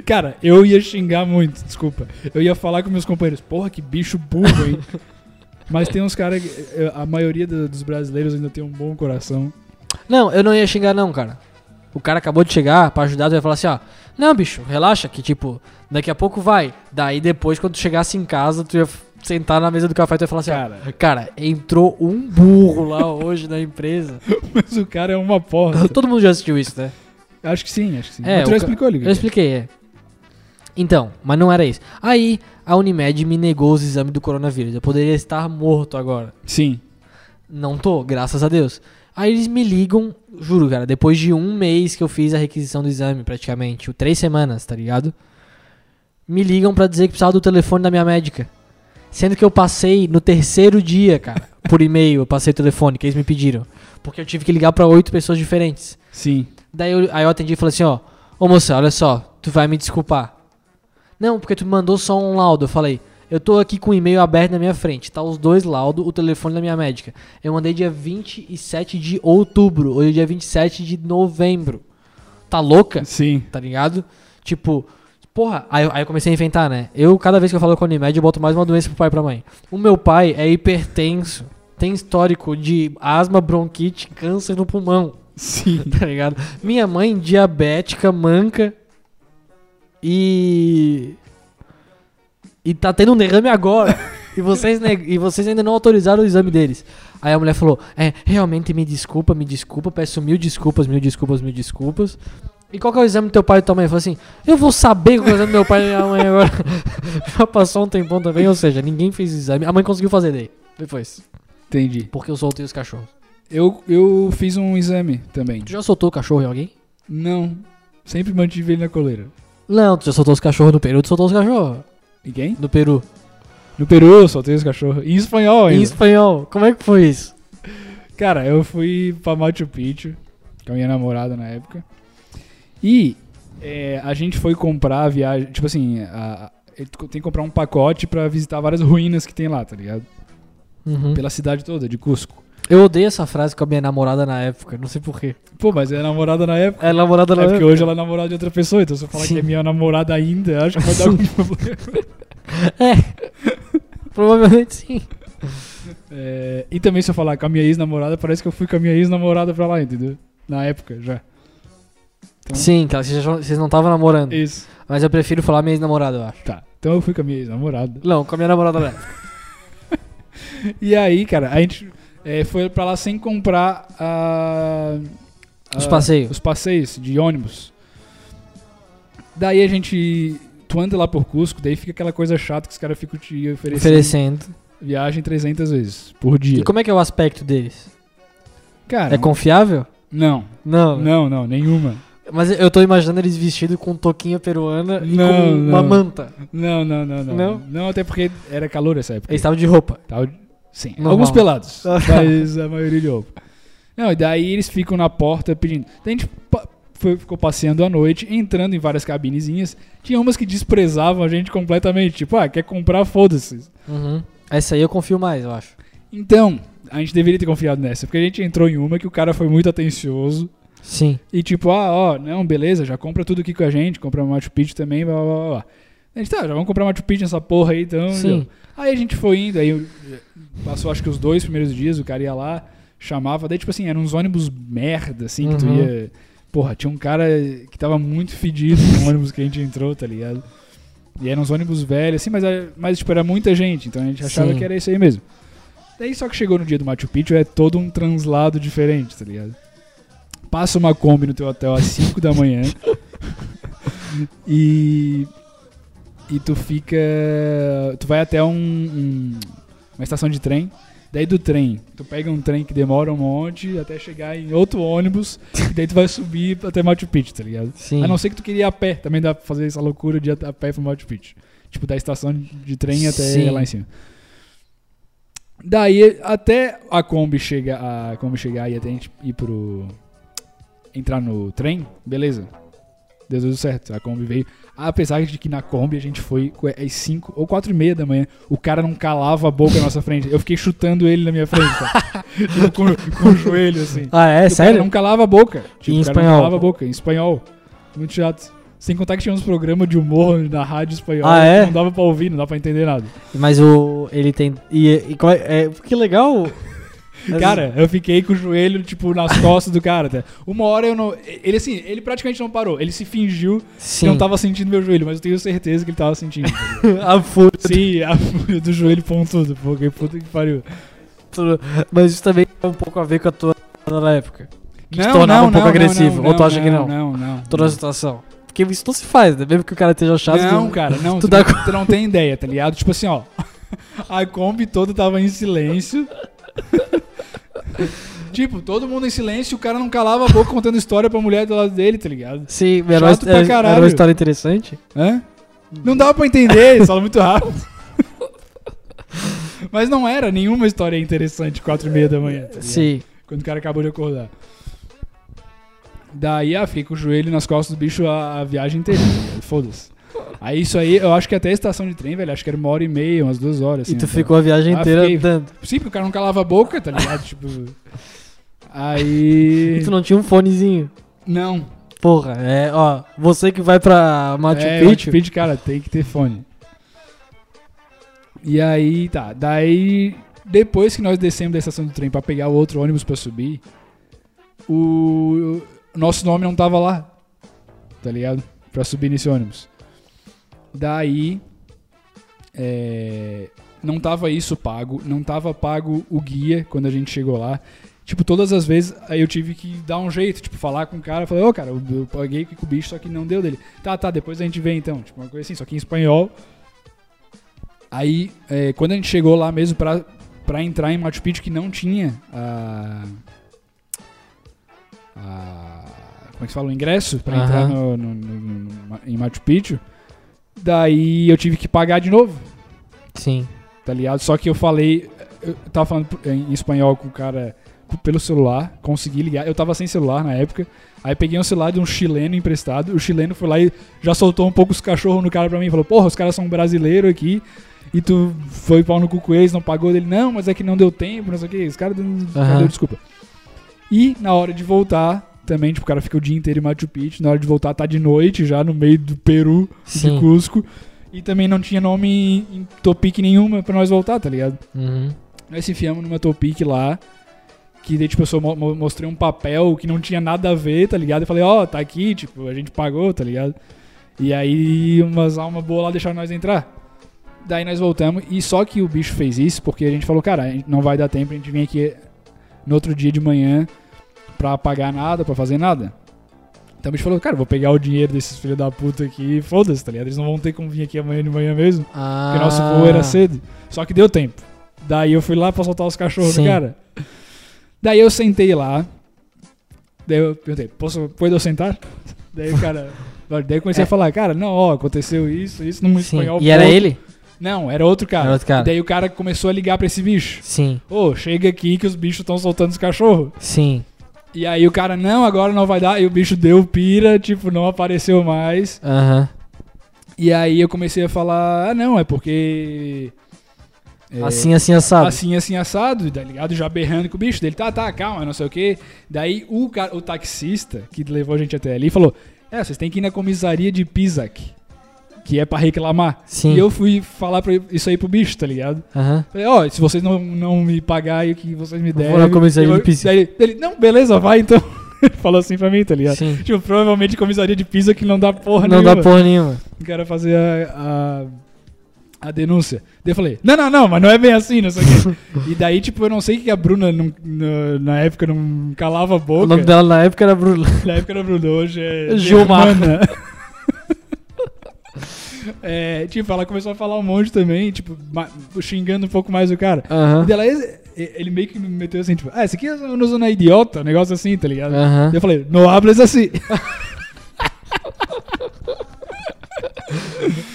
[SPEAKER 5] Cara, eu ia xingar muito, desculpa. Eu ia falar com meus companheiros, porra, que bicho burro, hein? Mas tem uns caras, a maioria do- dos brasileiros ainda tem um bom coração.
[SPEAKER 4] Não, eu não ia xingar, não, cara. O cara acabou de chegar pra ajudar, tu vai falar assim, ó. Não, bicho, relaxa, que tipo, daqui a pouco vai. Daí depois, quando tu chegasse em casa, tu ia f- sentar na mesa do café e tu ia falar assim, ó.
[SPEAKER 5] Cara,
[SPEAKER 4] Cara, entrou um burro lá hoje na empresa.
[SPEAKER 5] mas o cara é uma porra.
[SPEAKER 4] Todo mundo já assistiu isso, né?
[SPEAKER 5] Acho que sim, acho que sim.
[SPEAKER 4] É,
[SPEAKER 5] Mas tu
[SPEAKER 4] o
[SPEAKER 5] já
[SPEAKER 4] ca-
[SPEAKER 5] explicou, Liga?
[SPEAKER 4] Eu expliquei, é. Então, mas não era isso. Aí, a Unimed me negou os exames do coronavírus. Eu poderia estar morto agora.
[SPEAKER 5] Sim.
[SPEAKER 4] Não tô, graças a Deus. Aí eles me ligam, juro, cara, depois de um mês que eu fiz a requisição do exame, praticamente, ou três semanas, tá ligado? Me ligam pra dizer que precisava do telefone da minha médica. Sendo que eu passei no terceiro dia, cara, por e-mail, eu passei o telefone, que eles me pediram. Porque eu tive que ligar pra oito pessoas diferentes.
[SPEAKER 5] Sim.
[SPEAKER 4] Daí eu, aí eu atendi e falei assim, ó, ô moça, olha só, tu vai me desculpar. Não, porque tu me mandou só um laudo. Eu falei, eu tô aqui com o e-mail aberto na minha frente, tá os dois laudos, o telefone da minha médica. Eu mandei dia 27 de outubro, hoje é dia 27 de novembro. Tá louca?
[SPEAKER 5] Sim.
[SPEAKER 4] Tá ligado? Tipo, porra, aí, eu- aí eu comecei a inventar, né? Eu, cada vez que eu falo com a Unimed, eu boto mais uma doença pro pai e pra mãe. O meu pai é hipertenso, tem histórico de asma, bronquite, câncer no pulmão
[SPEAKER 5] Sim.
[SPEAKER 4] tá ligado? Minha mãe, diabética, manca. E. E tá tendo um derrame agora. E vocês, neg- e vocês ainda não autorizaram o exame deles. Aí a mulher falou: É, realmente me desculpa, me desculpa, peço mil desculpas, mil desculpas, mil desculpas. E qual que é o exame do teu pai e da tua mãe? Eu falei assim: Eu vou saber qual é o exame do meu pai e da minha mãe agora. Já passou um tempão também, ou seja, ninguém fez o exame. A mãe conseguiu fazer daí. Depois.
[SPEAKER 5] Entendi.
[SPEAKER 4] Porque eu soltei os cachorros.
[SPEAKER 5] Eu, eu fiz um exame também.
[SPEAKER 4] Tu já soltou o cachorro em alguém?
[SPEAKER 5] Não. Sempre mantive ele na coleira.
[SPEAKER 4] Não, tu já soltou os cachorros no Peru, tu soltou os cachorros
[SPEAKER 5] E quem?
[SPEAKER 4] no Peru.
[SPEAKER 5] No Peru eu soltei os cachorros. Em espanhol ainda.
[SPEAKER 4] Em espanhol, como é que foi isso?
[SPEAKER 5] Cara, eu fui pra Machu Picchu com a minha namorada na época. E é, a gente foi comprar a viagem. Tipo assim, a- a- tem que comprar um pacote pra visitar várias ruínas que tem lá, tá ligado? Pela cidade toda, de Cusco.
[SPEAKER 4] Eu odeio essa frase com a minha namorada na época, não sei porquê.
[SPEAKER 5] Pô, mas é namorada na época.
[SPEAKER 4] É namorada na
[SPEAKER 5] É porque
[SPEAKER 4] época.
[SPEAKER 5] hoje ela é namorada de outra pessoa, então se eu falar
[SPEAKER 4] Sim.
[SPEAKER 5] que é minha namorada ainda, acho que vai dar algum problema.
[SPEAKER 4] Provavelmente sim.
[SPEAKER 5] É, e também se eu falar com a minha ex-namorada, parece que eu fui com a minha ex-namorada pra lá, entendeu? Na época, já. Então,
[SPEAKER 4] Sim, cara, vocês já- vocês não estavam namorando.
[SPEAKER 5] Isso.
[SPEAKER 4] Mas eu prefiro falar minha ex-namorada, eu acho.
[SPEAKER 5] Tá. Então eu fui com a minha ex-namorada.
[SPEAKER 4] Não, com a minha namorada na época.
[SPEAKER 5] E aí, cara, a gente é, foi pra lá sem comprar a- a-
[SPEAKER 4] Os passeios.
[SPEAKER 5] Os passeios de ônibus. Daí a gente. Tu anda lá por Cusco, daí fica aquela coisa chata que os caras ficam te oferecendo
[SPEAKER 4] Oferecendo.
[SPEAKER 5] viagem 300 vezes por dia.
[SPEAKER 4] E como é que é o aspecto deles?
[SPEAKER 5] Cara,
[SPEAKER 4] É confiável?
[SPEAKER 5] não,
[SPEAKER 4] Não. né?
[SPEAKER 5] não, não, nenhuma.
[SPEAKER 4] Mas eu tô imaginando eles vestidos com touquinha peruana e
[SPEAKER 5] Não,
[SPEAKER 4] com uma
[SPEAKER 5] não.
[SPEAKER 4] manta.
[SPEAKER 5] Não, não, não, não.
[SPEAKER 4] Não?
[SPEAKER 5] até porque era calor essa época.
[SPEAKER 4] Eles estavam de roupa.
[SPEAKER 5] Tal- Sim,
[SPEAKER 4] Normal.
[SPEAKER 5] alguns pelados,
[SPEAKER 4] Ah, tá.
[SPEAKER 5] mas a maioria de ovo. Não, e daí eles ficam na porta pedindo. Daí a gente pa- foi- ficou passeando à noite, entrando em várias cabinezinhas. Tinha umas que desprezavam a gente completamente. Tipo, ah, quer comprar, foda-se.
[SPEAKER 4] Uhum. Essa aí eu confio mais, eu acho.
[SPEAKER 5] Então, a gente deveria ter confiado nessa, porque a gente entrou em uma que o cara foi muito atencioso.
[SPEAKER 4] Sim.
[SPEAKER 5] E tipo, ah, ó, não, beleza, já compra tudo aqui com a gente, compra Machu Picchu também, blá, blá, blá, blá. A gente, tá, já vamos comprar Machu Picchu nessa porra aí, então.
[SPEAKER 4] Sim.
[SPEAKER 5] já. Aí a gente foi indo, aí eu- passou acho que os dois primeiros dias, o cara ia lá, chamava, daí tipo assim, eram uns ônibus merda, assim, que tu
[SPEAKER 4] Uhum.
[SPEAKER 5] ia... Porra, tinha um cara que tava muito fedido no ônibus que a gente entrou, tá ligado? E eram uns ônibus velhos, assim, mas, era- mas tipo, era muita gente, então a gente achava
[SPEAKER 4] Sim.
[SPEAKER 5] que era isso aí mesmo. Daí só que chegou no dia do Machu Picchu, é todo um translado diferente, tá ligado? Passa uma Kombi no teu hotel às 5 da manhã e. E tu fica. Tu vai até um, um- uma estação de trem Daí do trem, tu pega um trem que demora um monte até chegar em outro ônibus, e daí tu vai subir até Machu Picchu, tá ligado?
[SPEAKER 4] Sim.
[SPEAKER 5] A não ser que tu queria ir a pé, também dá pra fazer essa loucura de ir a pé pro Machu Picchu. Tipo, da estação de trem até
[SPEAKER 4] Sim.
[SPEAKER 5] lá em cima. Daí, até a Kombi, chega, a Kombi chegar e até a gente ir pro... Entrar no trem, beleza. Deu tudo certo, a Kombi veio. Apesar de que na Kombi a gente foi co- às 5 ou 4 e meia da manhã, o cara não calava a boca na nossa frente. Eu fiquei chutando ele na minha frente, tá? Tipo, com, com o joelho, assim.
[SPEAKER 4] Ah, é?
[SPEAKER 5] O cara
[SPEAKER 4] Sério?
[SPEAKER 5] Não calava a boca. Tipo,
[SPEAKER 4] Em
[SPEAKER 5] o cara
[SPEAKER 4] espanhol.
[SPEAKER 5] Não calava a boca, em espanhol. Muito chato. Sem contar que tinha uns programas de humor na rádio espanhola.
[SPEAKER 4] Ah, é?
[SPEAKER 5] que Não dava pra ouvir, não dava pra entender nada.
[SPEAKER 4] Mas o. Ele tem. E, e qual é, é- que legal! Mas-
[SPEAKER 5] Cara, eu fiquei com o joelho, tipo, nas costas do cara. Tá? Uma hora eu não. Ele, assim, ele praticamente não parou. Ele se fingiu que
[SPEAKER 4] sim.
[SPEAKER 5] não tava sentindo meu joelho, mas eu tenho certeza que ele tava sentindo.
[SPEAKER 4] a fúria.
[SPEAKER 5] Sim, a fúria do joelho pontudo. Pô, que puta que pariu.
[SPEAKER 4] do- Mas isso também tem um pouco a ver com a tua na época. Que te
[SPEAKER 5] Não,
[SPEAKER 4] tornava
[SPEAKER 5] não,
[SPEAKER 4] um pouco
[SPEAKER 5] não,
[SPEAKER 4] agressivo.
[SPEAKER 5] não,
[SPEAKER 4] ou tu acha que não?
[SPEAKER 5] Não, não.
[SPEAKER 4] Toda a situação. Porque isso não se faz, né? Mesmo que o cara esteja chato.
[SPEAKER 5] Hum. Não,
[SPEAKER 4] tu-
[SPEAKER 5] cara, não.
[SPEAKER 4] tu
[SPEAKER 5] Tu,
[SPEAKER 4] dá
[SPEAKER 5] não- tu não tem ideia, tá ligado? Tipo assim, ó. A Kombi toda tava em silêncio. tipo, todo mundo em silêncio, o cara não calava a boca contando história pra mulher do lado dele, tá ligado?
[SPEAKER 4] Sim, era,
[SPEAKER 5] Chato
[SPEAKER 4] uma,
[SPEAKER 5] pra
[SPEAKER 4] era- era
[SPEAKER 5] caralho.
[SPEAKER 4] uma história interessante.
[SPEAKER 5] Hã? Não dava pra entender, eles falam muito rápido. Mas não era nenhuma história interessante, quatro e meia da manhã. Tá ligado?
[SPEAKER 4] Sim.
[SPEAKER 5] Quando o cara acabou de acordar. Daí, ah, fiquei com o joelho nas costas do bicho a, a viagem inteira. tá ligado? Foda-se. Aí isso aí, eu acho que até a estação de trem, velho, acho que era uma hora e meia, umas duas horas.
[SPEAKER 4] e
[SPEAKER 5] assim,
[SPEAKER 4] tu
[SPEAKER 5] até.
[SPEAKER 4] ficou a viagem
[SPEAKER 5] Ah,
[SPEAKER 4] inteira
[SPEAKER 5] fiquei-
[SPEAKER 4] andando.
[SPEAKER 5] Sim, porque o cara não calava a boca, tá ligado? tipo. Aí.
[SPEAKER 4] E tu não tinha um fonezinho.
[SPEAKER 5] Não.
[SPEAKER 4] Porra, é, ó. Você que vai pra Machu
[SPEAKER 5] é,
[SPEAKER 4] Picchu.
[SPEAKER 5] Machu Picchu, cara, tem que ter fone. E aí, tá. Daí, depois que nós descemos da estação do trem pra pegar o outro ônibus pra subir, o, o nosso nome não tava lá, tá ligado? Pra subir nesse ônibus. Daí, é, não tava isso pago, não tava pago o guia quando a gente chegou lá. Tipo, todas as vezes aí eu tive que dar um jeito, tipo, falar com o cara, falar, ô cara, eu, eu paguei com o bicho, só que não deu dele. Tá, tá, depois a gente vê então. Tipo, uma coisa assim, só que em espanhol. Aí, é, quando a gente chegou lá mesmo pra, pra entrar em Machu Picchu, que não tinha a. a como é que se fala? O ingresso pra
[SPEAKER 4] Aham.
[SPEAKER 5] entrar no- no- no- no- em Machu Picchu. Daí eu tive que pagar de novo
[SPEAKER 4] Sim.
[SPEAKER 5] tá ligado? Só que eu falei, eu tava falando em espanhol com o cara pelo celular, consegui ligar. Eu tava sem celular na época. Aí peguei um celular de um chileno emprestado. O chileno foi lá e já soltou um pouco os cachorros no cara pra mim. Falou, porra, os caras são brasileiros aqui. E tu foi pau no cu com eles, não pagou dele. Não, mas é que não deu tempo, não sei o que. Os caras dando- os caras
[SPEAKER 4] Aham.
[SPEAKER 5] deu desculpa. E na hora de voltar, também, tipo, o cara fica o dia inteiro em Machu Picchu. Na hora de voltar, tá de noite já, no meio do Peru de
[SPEAKER 4] Sim.
[SPEAKER 5] Cusco. E também não tinha nome em- em Topic nenhuma pra nós voltar, tá ligado?
[SPEAKER 4] Uhum.
[SPEAKER 5] Nós se enfiamos numa Topic lá. Que daí, tipo, eu só mo- mo- mostrei um papel que não tinha nada a ver, tá ligado? Eu falei, ó, tá aqui, tipo, a gente pagou, tá ligado? E aí umas almas boas lá deixaram nós entrar. Daí nós voltamos. E só que o bicho fez isso porque a gente falou, cara, a gente não vai dar tempo, a gente vem aqui no outro dia de manhã pra pagar nada, pra fazer nada. Então o bicho falou, cara, eu vou pegar o dinheiro desses filhos da puta aqui, foda-se, tá ligado? Eles não vão ter como vir aqui amanhã de manhã mesmo.
[SPEAKER 4] Ah.
[SPEAKER 5] Porque nosso voo era cedo. Só que deu tempo. Daí eu fui lá pra soltar os cachorros, do
[SPEAKER 4] Sim.
[SPEAKER 5] cara. Daí eu sentei lá. Daí eu perguntei, posso, pode eu sentar? Daí o cara... Daí eu comecei
[SPEAKER 4] É.
[SPEAKER 5] a falar, cara, não, ó, aconteceu isso, isso num
[SPEAKER 4] Sim.
[SPEAKER 5] um espanhol.
[SPEAKER 4] E era
[SPEAKER 5] pouco.
[SPEAKER 4] ele?
[SPEAKER 5] Não, era outro cara.
[SPEAKER 4] Era outro cara.
[SPEAKER 5] Daí o cara começou a ligar pra esse bicho.
[SPEAKER 4] Sim.
[SPEAKER 5] Ô, chega aqui que os bichos estão soltando os cachorros.
[SPEAKER 4] Sim.
[SPEAKER 5] E aí o cara, não, agora não vai dar. E o bicho deu pira, tipo, não apareceu mais.
[SPEAKER 4] Aham.
[SPEAKER 5] E aí eu comecei a falar, ah, não, é porque... é,
[SPEAKER 4] Assim, assim, assado.
[SPEAKER 5] Assim, assim, assado, tá ligado? Já berrando com o bicho dele, tá, tá, calma, não sei o quê. Daí o, cara, o taxista que levou a gente até ali falou: É, vocês têm que ir na comissaria de Pisac, que é pra reclamar.
[SPEAKER 4] Sim.
[SPEAKER 5] E eu fui falar pra- isso aí pro bicho, tá ligado?
[SPEAKER 4] Aham.
[SPEAKER 5] Falei, ó, se vocês não, não me pagarem o que vocês me
[SPEAKER 4] vou
[SPEAKER 5] derem.
[SPEAKER 4] na comissaria
[SPEAKER 5] eu-
[SPEAKER 4] de Pisac.
[SPEAKER 5] Daí ele, não, beleza, vai então. Ele falou assim pra mim, tá ligado?
[SPEAKER 4] Sim.
[SPEAKER 5] Tipo, provavelmente comissaria de Pisa que não dá porra
[SPEAKER 4] Não
[SPEAKER 5] nenhuma
[SPEAKER 4] dá porra nenhuma.
[SPEAKER 5] o cara fazer a, a, a denúncia. Daí eu falei, não, não, não, mas não é bem assim, não sei o quê. e daí, tipo, eu não sei que a Bruna não- na- na época não calava a
[SPEAKER 4] O
[SPEAKER 5] boca.
[SPEAKER 4] nome dela na época era Bruna.
[SPEAKER 5] Na época era Bruna, hoje é...
[SPEAKER 4] Gilmar.
[SPEAKER 5] Germana. É, tipo, ela começou a falar um monte também, tipo, ma- xingando um pouco mais o cara.
[SPEAKER 4] Aham.
[SPEAKER 5] E daí ela, e- ele meio que me meteu assim, tipo, ah, esse aqui é uma zona idiota, um negócio assim, tá ligado?
[SPEAKER 4] Aham.
[SPEAKER 5] Eu falei, não hables assim.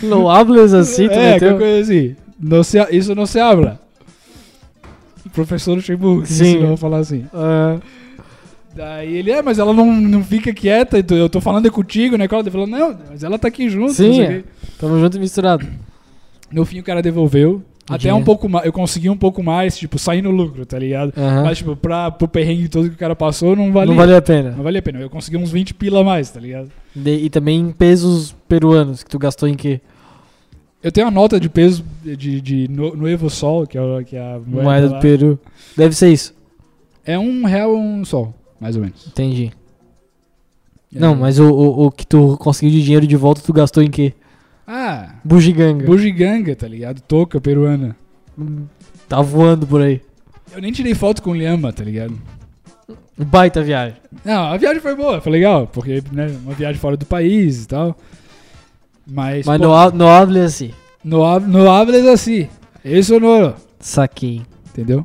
[SPEAKER 4] Não hablas assim, tu
[SPEAKER 5] é,
[SPEAKER 4] meteu?
[SPEAKER 5] qualquer coisa assim. Não se, ha- isso não se habla. O professor Luxemburgo que me
[SPEAKER 4] Sim.
[SPEAKER 5] ensinou a falar assim.
[SPEAKER 4] Ah,
[SPEAKER 5] Daí ele, é, mas ela não, não fica quieta, tu- eu tô falando contigo, né? Ele falou, não, mas ela tá aqui junto. não
[SPEAKER 4] Sim,
[SPEAKER 5] sei
[SPEAKER 4] é.
[SPEAKER 5] o quê.
[SPEAKER 4] tamo junto e misturado.
[SPEAKER 5] No fim o cara devolveu. Até
[SPEAKER 4] dinheiro.
[SPEAKER 5] um pouco mais, eu consegui um pouco mais, tipo, sair no lucro, tá ligado?
[SPEAKER 4] Aham.
[SPEAKER 5] Mas, tipo, pra, pro perrengue todo que o cara passou, não valia.
[SPEAKER 4] Ah. Não valeu a pena.
[SPEAKER 5] Não valia a pena. Eu consegui uns 20 pila a mais, tá ligado?
[SPEAKER 4] De- e também em pesos peruanos, que tu gastou em quê?
[SPEAKER 5] Eu tenho uma nota de peso de, de no, Evo Sol, que é, o- que é a moeda,
[SPEAKER 4] Moeda do
[SPEAKER 5] lá.
[SPEAKER 4] Peru. Deve ser isso.
[SPEAKER 5] É um real um sol, mais ou menos.
[SPEAKER 4] Entendi.
[SPEAKER 5] É.
[SPEAKER 4] Não, mas o, o, o que tu conseguiu de dinheiro de volta, tu gastou em quê?
[SPEAKER 5] Ah,
[SPEAKER 4] Bugiganga.
[SPEAKER 5] bugiganga, tá ligado? Toca peruana.
[SPEAKER 4] Tá voando por aí.
[SPEAKER 5] Eu nem tirei foto com o Lhama, tá ligado?
[SPEAKER 4] Baita viagem.
[SPEAKER 5] Não, a viagem foi boa, foi legal, porque, né, uma viagem fora do país e tal. Mas,
[SPEAKER 4] Mas
[SPEAKER 5] pô,
[SPEAKER 4] não, ha- não hable assim.
[SPEAKER 5] no, hab- no hables assim. Isso não,
[SPEAKER 4] Saquei.
[SPEAKER 5] entendeu?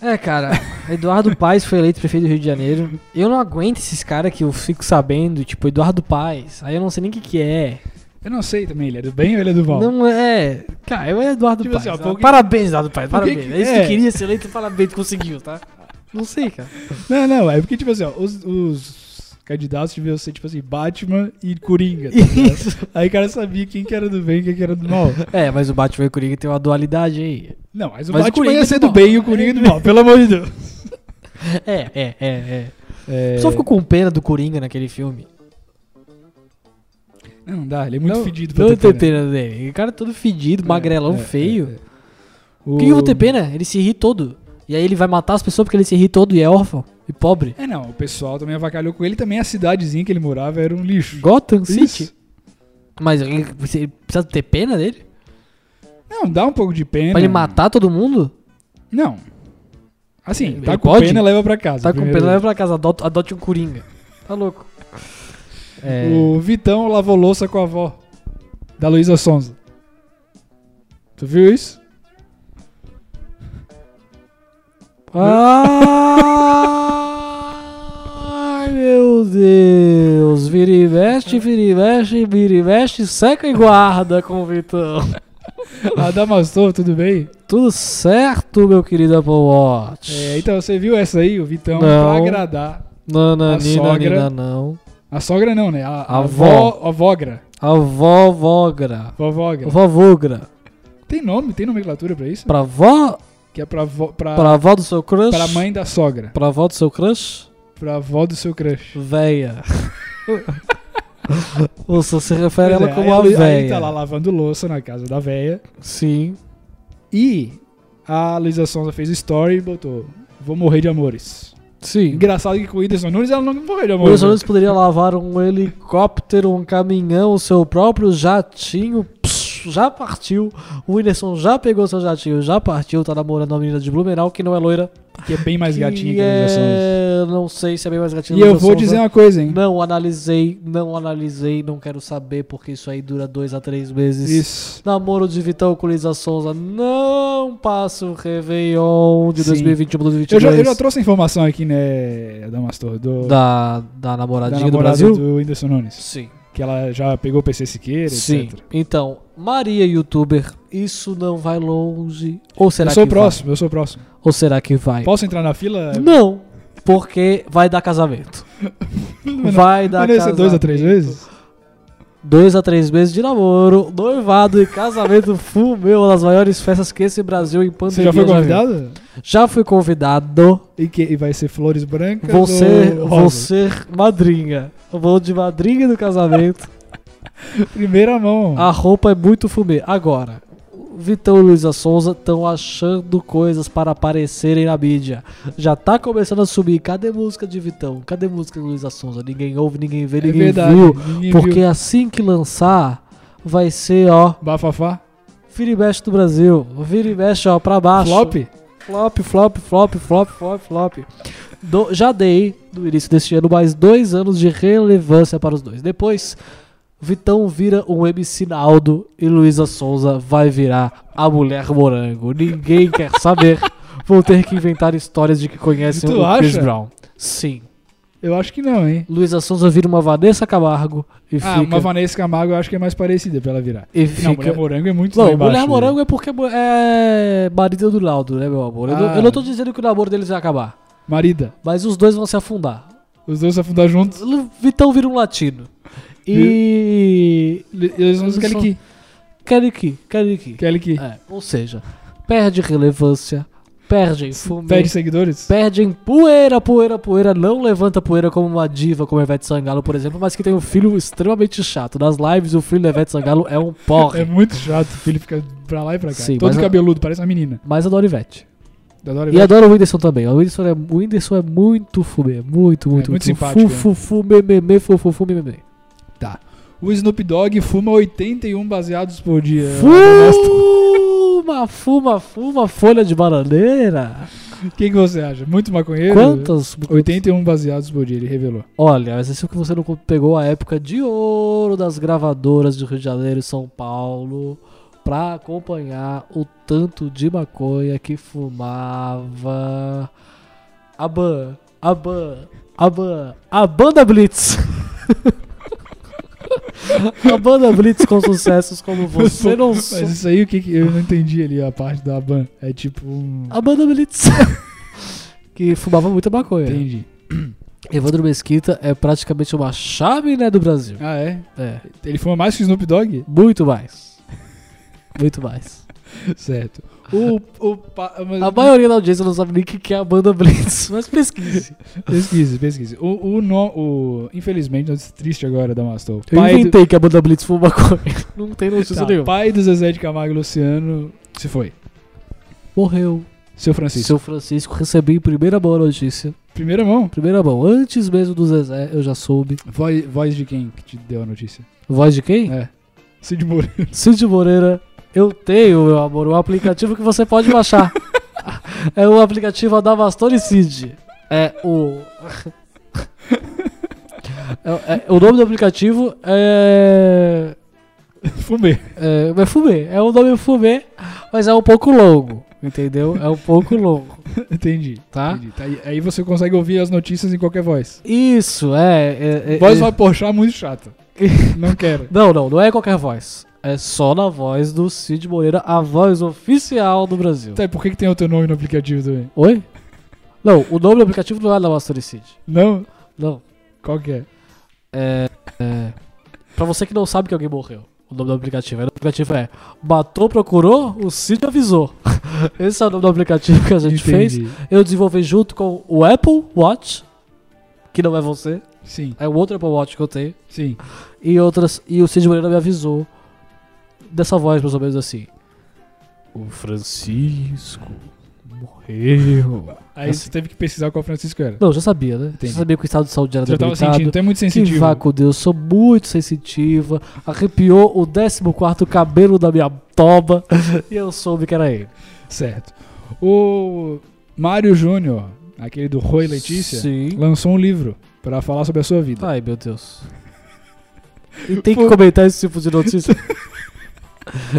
[SPEAKER 4] É, cara, Eduardo Paes foi eleito prefeito do Rio de Janeiro. Eu não aguento esses caras que eu fico sabendo, tipo, Eduardo Paes. Aí eu não sei nem o que que é.
[SPEAKER 5] Eu não sei também, ele é do bem ou ele é do mal?
[SPEAKER 4] Não é. Cara, eu é Eduardo
[SPEAKER 5] Tipo
[SPEAKER 4] Paes.
[SPEAKER 5] assim, ó, por que-
[SPEAKER 4] Parabéns, Eduardo Paes,
[SPEAKER 5] Por que
[SPEAKER 4] parabéns.
[SPEAKER 5] que-
[SPEAKER 4] É isso que
[SPEAKER 5] é.
[SPEAKER 4] eu queria ser eleito, parabéns, tu conseguiu, tá? Não sei, cara.
[SPEAKER 5] Não, não, é porque, tipo assim, ó, os, os candidatos deviam ser, tipo assim, Batman e Coringa. tá ligado?
[SPEAKER 4] Isso.
[SPEAKER 5] Aí o cara sabia quem que era do bem e quem que era do mal.
[SPEAKER 4] É, mas o Batman e o Coringa tem uma dualidade aí.
[SPEAKER 5] Não, mas o
[SPEAKER 4] Mas o
[SPEAKER 5] Batman
[SPEAKER 4] Coringa é
[SPEAKER 5] ia ser
[SPEAKER 4] do
[SPEAKER 5] do
[SPEAKER 4] mal.
[SPEAKER 5] bem e o Coringa é do mal, pelo amor de Deus.
[SPEAKER 4] É, é, é, é.
[SPEAKER 5] É...
[SPEAKER 4] Só ficou com pena do Coringa naquele filme.
[SPEAKER 5] Não, não dá, ele é muito
[SPEAKER 4] não,
[SPEAKER 5] fedido pra
[SPEAKER 4] Não
[SPEAKER 5] ter
[SPEAKER 4] tem
[SPEAKER 5] pena.
[SPEAKER 4] pena dele. O cara é todo fedido, magrelão,
[SPEAKER 5] É, é,
[SPEAKER 4] feio.
[SPEAKER 5] é, é.
[SPEAKER 4] Por que eu vou ter pena? Ele se ri todo. E aí ele vai matar as pessoas porque ele se ri todo e é órfão e pobre.
[SPEAKER 5] É, não, o pessoal também avacalhou com ele. Também a cidadezinha que ele morava era um lixo.
[SPEAKER 4] Gotham City.
[SPEAKER 5] Isso.
[SPEAKER 4] Mas ele, você- ele precisa ter pena dele?
[SPEAKER 5] Não, dá um pouco de pena.
[SPEAKER 4] Pra ele matar todo mundo?
[SPEAKER 5] Não. Assim,
[SPEAKER 4] Ele
[SPEAKER 5] tá com
[SPEAKER 4] pode?
[SPEAKER 5] pena, leva pra casa.
[SPEAKER 4] Tá com
[SPEAKER 5] primeiro.
[SPEAKER 4] pena, leva pra casa, adote, adote um coringa. Tá louco. É,
[SPEAKER 5] O Vitão lavou louça com a avó. Da Luísa Sonza. Tu viu isso?
[SPEAKER 4] Ai, meu Deus. Vira e veste, vira e veste, vira e veste, seca e guarda com o Vitão.
[SPEAKER 5] Adamastor, tudo bem?
[SPEAKER 4] Tudo certo, meu querido Apple Watch.
[SPEAKER 5] É, então, você viu essa aí, o Vitão,
[SPEAKER 4] Não.
[SPEAKER 5] pra agradar.
[SPEAKER 4] Nana,
[SPEAKER 5] A
[SPEAKER 4] nina,
[SPEAKER 5] sogra.
[SPEAKER 4] nina, não.
[SPEAKER 5] A sogra não, né? A, a
[SPEAKER 4] Avó.
[SPEAKER 5] avó. Avógra.
[SPEAKER 4] A vovogra.
[SPEAKER 5] Vovogra.
[SPEAKER 4] Vovogra.
[SPEAKER 5] Tem nome? Tem nomenclatura pra isso?
[SPEAKER 4] Pra vó,
[SPEAKER 5] Que é pra, vó, pra,
[SPEAKER 4] pra avó do seu crush.
[SPEAKER 5] pra mãe da sogra.
[SPEAKER 4] Pra avó do seu crush,
[SPEAKER 5] Pra avó do seu crush.
[SPEAKER 4] véia. Você se refere a
[SPEAKER 5] Pois
[SPEAKER 4] ela
[SPEAKER 5] é,
[SPEAKER 4] como a
[SPEAKER 5] aí ela- aí
[SPEAKER 4] véia.
[SPEAKER 5] tá lá lavando louça na casa da véia.
[SPEAKER 4] Sim.
[SPEAKER 5] E a Luísa Sonza fez story e botou: Vou morrer de amores.
[SPEAKER 4] Sim.
[SPEAKER 5] Engraçado que com o Whindersson Nunes ela não morreu de
[SPEAKER 4] O
[SPEAKER 5] amores. né?
[SPEAKER 4] Bolsonaro poderia lavar um helicóptero, um caminhão, o seu próprio jatinho. Pss, já partiu. O Whindersson já pegou seu jatinho, já partiu. Tá namorando uma menina de Blumenau que não é loira.
[SPEAKER 5] Que é bem mais
[SPEAKER 4] que
[SPEAKER 5] gatinha que a Luísa Sonza.
[SPEAKER 4] é... Não sei se é bem mais gatinha
[SPEAKER 5] E
[SPEAKER 4] que a
[SPEAKER 5] eu
[SPEAKER 4] Luísa
[SPEAKER 5] vou
[SPEAKER 4] Sonza.
[SPEAKER 5] dizer uma coisa, hein?
[SPEAKER 4] Não analisei, não analisei, não quero saber porque isso aí dura dois a três meses.
[SPEAKER 5] Isso.
[SPEAKER 4] Namoro de Vitão com Lisa Souza não passa o Réveillon de
[SPEAKER 5] Sim.
[SPEAKER 4] 2021 2022.
[SPEAKER 5] Eu já, eu já trouxe a informação aqui, né, Damastor? Do,
[SPEAKER 4] da, da namoradinha do
[SPEAKER 5] namorada
[SPEAKER 4] Brasil?
[SPEAKER 5] do Whindersson Nunes.
[SPEAKER 4] Sim.
[SPEAKER 5] Que ela já pegou o PC Siqueira,
[SPEAKER 4] Sim.
[SPEAKER 5] etc.
[SPEAKER 4] Então, Maria Youtuber, isso não vai longe. Ou será
[SPEAKER 5] eu sou
[SPEAKER 4] que
[SPEAKER 5] próximo, eu sou próximo.
[SPEAKER 4] vai? Ou será que vai?
[SPEAKER 5] Posso entrar na fila?
[SPEAKER 4] Não, porque vai dar casamento. vai dar
[SPEAKER 5] Mas não ia ser
[SPEAKER 4] casamento.
[SPEAKER 5] dois a três vezes?
[SPEAKER 4] Dois a três meses de namoro, noivado e casamento full, meu, uma das maiores festas que esse Brasil em pandemia
[SPEAKER 5] Você já foi
[SPEAKER 4] viu.
[SPEAKER 5] convidado?
[SPEAKER 4] Já fui convidado.
[SPEAKER 5] E, que, e vai ser flores brancas
[SPEAKER 4] Vou ser,
[SPEAKER 5] ou
[SPEAKER 4] vou
[SPEAKER 5] rosas?
[SPEAKER 4] ser madrinha. Eu Vou de madrinha do casamento.
[SPEAKER 5] Primeira mão.
[SPEAKER 4] A roupa é muito fumê. Agora, o Vitão e Luísa Sonza estão achando coisas para aparecerem na mídia. Já tá começando a subir. Cadê música de Vitão? Cadê música de Luísa Sonza? Ninguém ouve, ninguém vê,
[SPEAKER 5] é
[SPEAKER 4] ninguém
[SPEAKER 5] verdade.
[SPEAKER 4] viu.
[SPEAKER 5] ninguém
[SPEAKER 4] Porque
[SPEAKER 5] viu.
[SPEAKER 4] assim que lançar, vai ser, ó,
[SPEAKER 5] Bafafá?
[SPEAKER 4] vira e mexe do Brasil. Vira e mexe, ó, pra baixo.
[SPEAKER 5] Flop?
[SPEAKER 4] Flop, flop, flop, flop, flop, flop. Do- já dei, no início deste ano, mais dois anos de relevância para os dois. Depois, Vitão vira um MC Naldo e Luísa Souza vai virar a mulher morango. Ninguém quer saber. vão ter que inventar histórias de que conhecem
[SPEAKER 5] Tu
[SPEAKER 4] o Chris
[SPEAKER 5] acha?
[SPEAKER 4] Brown. Sim.
[SPEAKER 5] Eu acho que não, hein?
[SPEAKER 4] Luísa Souza vira uma Vanessa Camargo e
[SPEAKER 5] Ah,
[SPEAKER 4] fica...
[SPEAKER 5] uma Vanessa Camargo eu acho que é mais parecida pra ela virar.
[SPEAKER 4] E
[SPEAKER 5] Não,
[SPEAKER 4] fica...
[SPEAKER 5] Mulher Morango é muito
[SPEAKER 4] Não,
[SPEAKER 5] lá embaixo,
[SPEAKER 4] Mulher
[SPEAKER 5] né?
[SPEAKER 4] Morango é porque é marido do Laudo, né, meu amor? Eu, não,
[SPEAKER 5] Ah.
[SPEAKER 4] eu não tô dizendo que o namoro deles vai acabar,
[SPEAKER 5] Marida.
[SPEAKER 4] mas os dois vão se afundar.
[SPEAKER 5] Os dois se afundar juntos.
[SPEAKER 4] Vitão vira um latino. E.
[SPEAKER 5] Eles vão aquele que.
[SPEAKER 4] Kelly Key, Kelly Key.
[SPEAKER 5] Aquele que.
[SPEAKER 4] É, ou seja, perde relevância, perde fumo,
[SPEAKER 5] Pede
[SPEAKER 4] perde...
[SPEAKER 5] seguidores? É
[SPEAKER 4] em poeira, poeira, poeira. Não levanta poeira como uma diva, como a Ivete Sangalo, por exemplo, mas que tem um filho extremamente chato. Nas lives, o filho da Ivete Sangalo é um
[SPEAKER 5] É
[SPEAKER 4] porre.
[SPEAKER 5] muito chato, o filho fica pra lá e pra cá.
[SPEAKER 4] Sim,
[SPEAKER 5] Todo
[SPEAKER 4] mas-
[SPEAKER 5] cabeludo, parece uma menina.
[SPEAKER 4] Mas adoro Ivete.
[SPEAKER 5] Adoro
[SPEAKER 4] E adoro o Whindersson também. O Whindersson é, o Whindersson é muito fumê. Muito, muito,
[SPEAKER 5] É muito simpático, né?
[SPEAKER 4] Fu, fu, fu, me, me, me, fu, fu, fu, me, me, me.
[SPEAKER 5] O Snoop Dogg fuma 81 baseados por dia. é
[SPEAKER 4] Fuma, fuma, fuma, folha de bananeira.
[SPEAKER 5] O que, que você acha? Muito maconheiro?
[SPEAKER 4] Quantas?
[SPEAKER 5] 81 baseados por dia, ele revelou.
[SPEAKER 4] Olha, mas esse é que você não pegou a época de ouro das gravadoras de Rio de Janeiro e São Paulo pra acompanhar o tanto de maconha que fumava a ban, a ban, a ban, a banda Blitz. a banda Blitz com sucessos como você não
[SPEAKER 5] Mas
[SPEAKER 4] sabe.
[SPEAKER 5] isso aí, o que, que- eu não entendi ali a parte da ban. É tipo um.
[SPEAKER 4] A banda Blitz. que fumava muita maconha.
[SPEAKER 5] Entendi.
[SPEAKER 4] Evandro Mesquita é praticamente uma chaminé do Brasil.
[SPEAKER 5] Ah, é?
[SPEAKER 4] É.
[SPEAKER 5] Ele fuma mais que o Snoop Dogg?
[SPEAKER 4] Muito mais. Muito mais.
[SPEAKER 5] Certo. O. o pa- mas-
[SPEAKER 4] A maioria da audiência não sabe nem o que que é a banda Blitz, mas pesquise.
[SPEAKER 5] Pesquise, pesquise. O, o, no- o- Infelizmente, nós triste agora, Damastor.
[SPEAKER 4] Eu
[SPEAKER 5] do-
[SPEAKER 4] inventei que a banda Blitz foi uma coisa. Não tem notícia
[SPEAKER 5] Tá,
[SPEAKER 4] nenhuma.
[SPEAKER 5] pai do Zezé de Camargo e Luciano se foi.
[SPEAKER 4] Morreu.
[SPEAKER 5] Seu Francisco.
[SPEAKER 4] Seu Francisco recebi em primeira mão a notícia.
[SPEAKER 5] Primeira mão.
[SPEAKER 4] Primeira mão. Antes mesmo do Zezé, eu já soube.
[SPEAKER 5] Voz, voz de quem que te deu a notícia?
[SPEAKER 4] Voz de quem?
[SPEAKER 5] É. Cid Moreira.
[SPEAKER 4] Cid Moreira. Eu tenho, meu amor, um aplicativo que você pode baixar. é o aplicativo Adamastor e Cid. É o. É- é- o nome do aplicativo é.
[SPEAKER 5] Fumei.
[SPEAKER 4] É, mas fumê, é um nome fumê, mas é um pouco longo, entendeu? É um pouco longo,
[SPEAKER 5] Entendi.
[SPEAKER 4] tá?
[SPEAKER 5] entendi. Tá, Aí, aí você consegue ouvir as notícias em qualquer voz.
[SPEAKER 4] Isso, é. é, é-
[SPEAKER 5] Voz
[SPEAKER 4] é-
[SPEAKER 5] vai porchar muito chata. Não quero.
[SPEAKER 4] Não, não, não é qualquer voz. É só na voz do Cid Moreira, a voz oficial do Brasil.
[SPEAKER 5] Tá, e por que, que tem outro nome no aplicativo também?
[SPEAKER 4] Oi? Não, o nome do aplicativo não é da Master Cid.
[SPEAKER 5] Não?
[SPEAKER 4] Não.
[SPEAKER 5] Qual que é?
[SPEAKER 4] É, é. Pra você que não sabe que alguém morreu, o nome do aplicativo. Aí O aplicativo é Matou, procurou, o Cid avisou. Esse é o nome do aplicativo que a gente fez.
[SPEAKER 5] Entendi.
[SPEAKER 4] Eu desenvolvi junto com o Apple Watch, que não é você,
[SPEAKER 5] Sim,
[SPEAKER 4] é o outro Apple Watch que eu tenho,
[SPEAKER 5] sim.
[SPEAKER 4] e outras. E o Cid Moreira me avisou dessa voz, mais ou menos assim. O Francisco morreu.
[SPEAKER 5] Aí
[SPEAKER 4] Assim.
[SPEAKER 5] você teve que pesquisar qual Francisco era.
[SPEAKER 4] Não, já sabia, né?
[SPEAKER 5] Entendi.
[SPEAKER 4] Já sabia que o estado de saúde era
[SPEAKER 5] Já tava sentindo,
[SPEAKER 4] debilitado.
[SPEAKER 5] tu é muito
[SPEAKER 4] Que
[SPEAKER 5] sensitivo.
[SPEAKER 4] vá com Deus, sou muito sensitiva. Arrepiou o 14 cabelo da minha toba e eu soube que era ele.
[SPEAKER 5] Certo. O Mário Júnior, aquele do Roy Letícia,
[SPEAKER 4] Sim. Ah.
[SPEAKER 5] lançou um livro pra falar sobre a sua vida.
[SPEAKER 4] Ai, meu Deus. E tem que
[SPEAKER 5] Pô.
[SPEAKER 4] comentar esse tipo de notícia?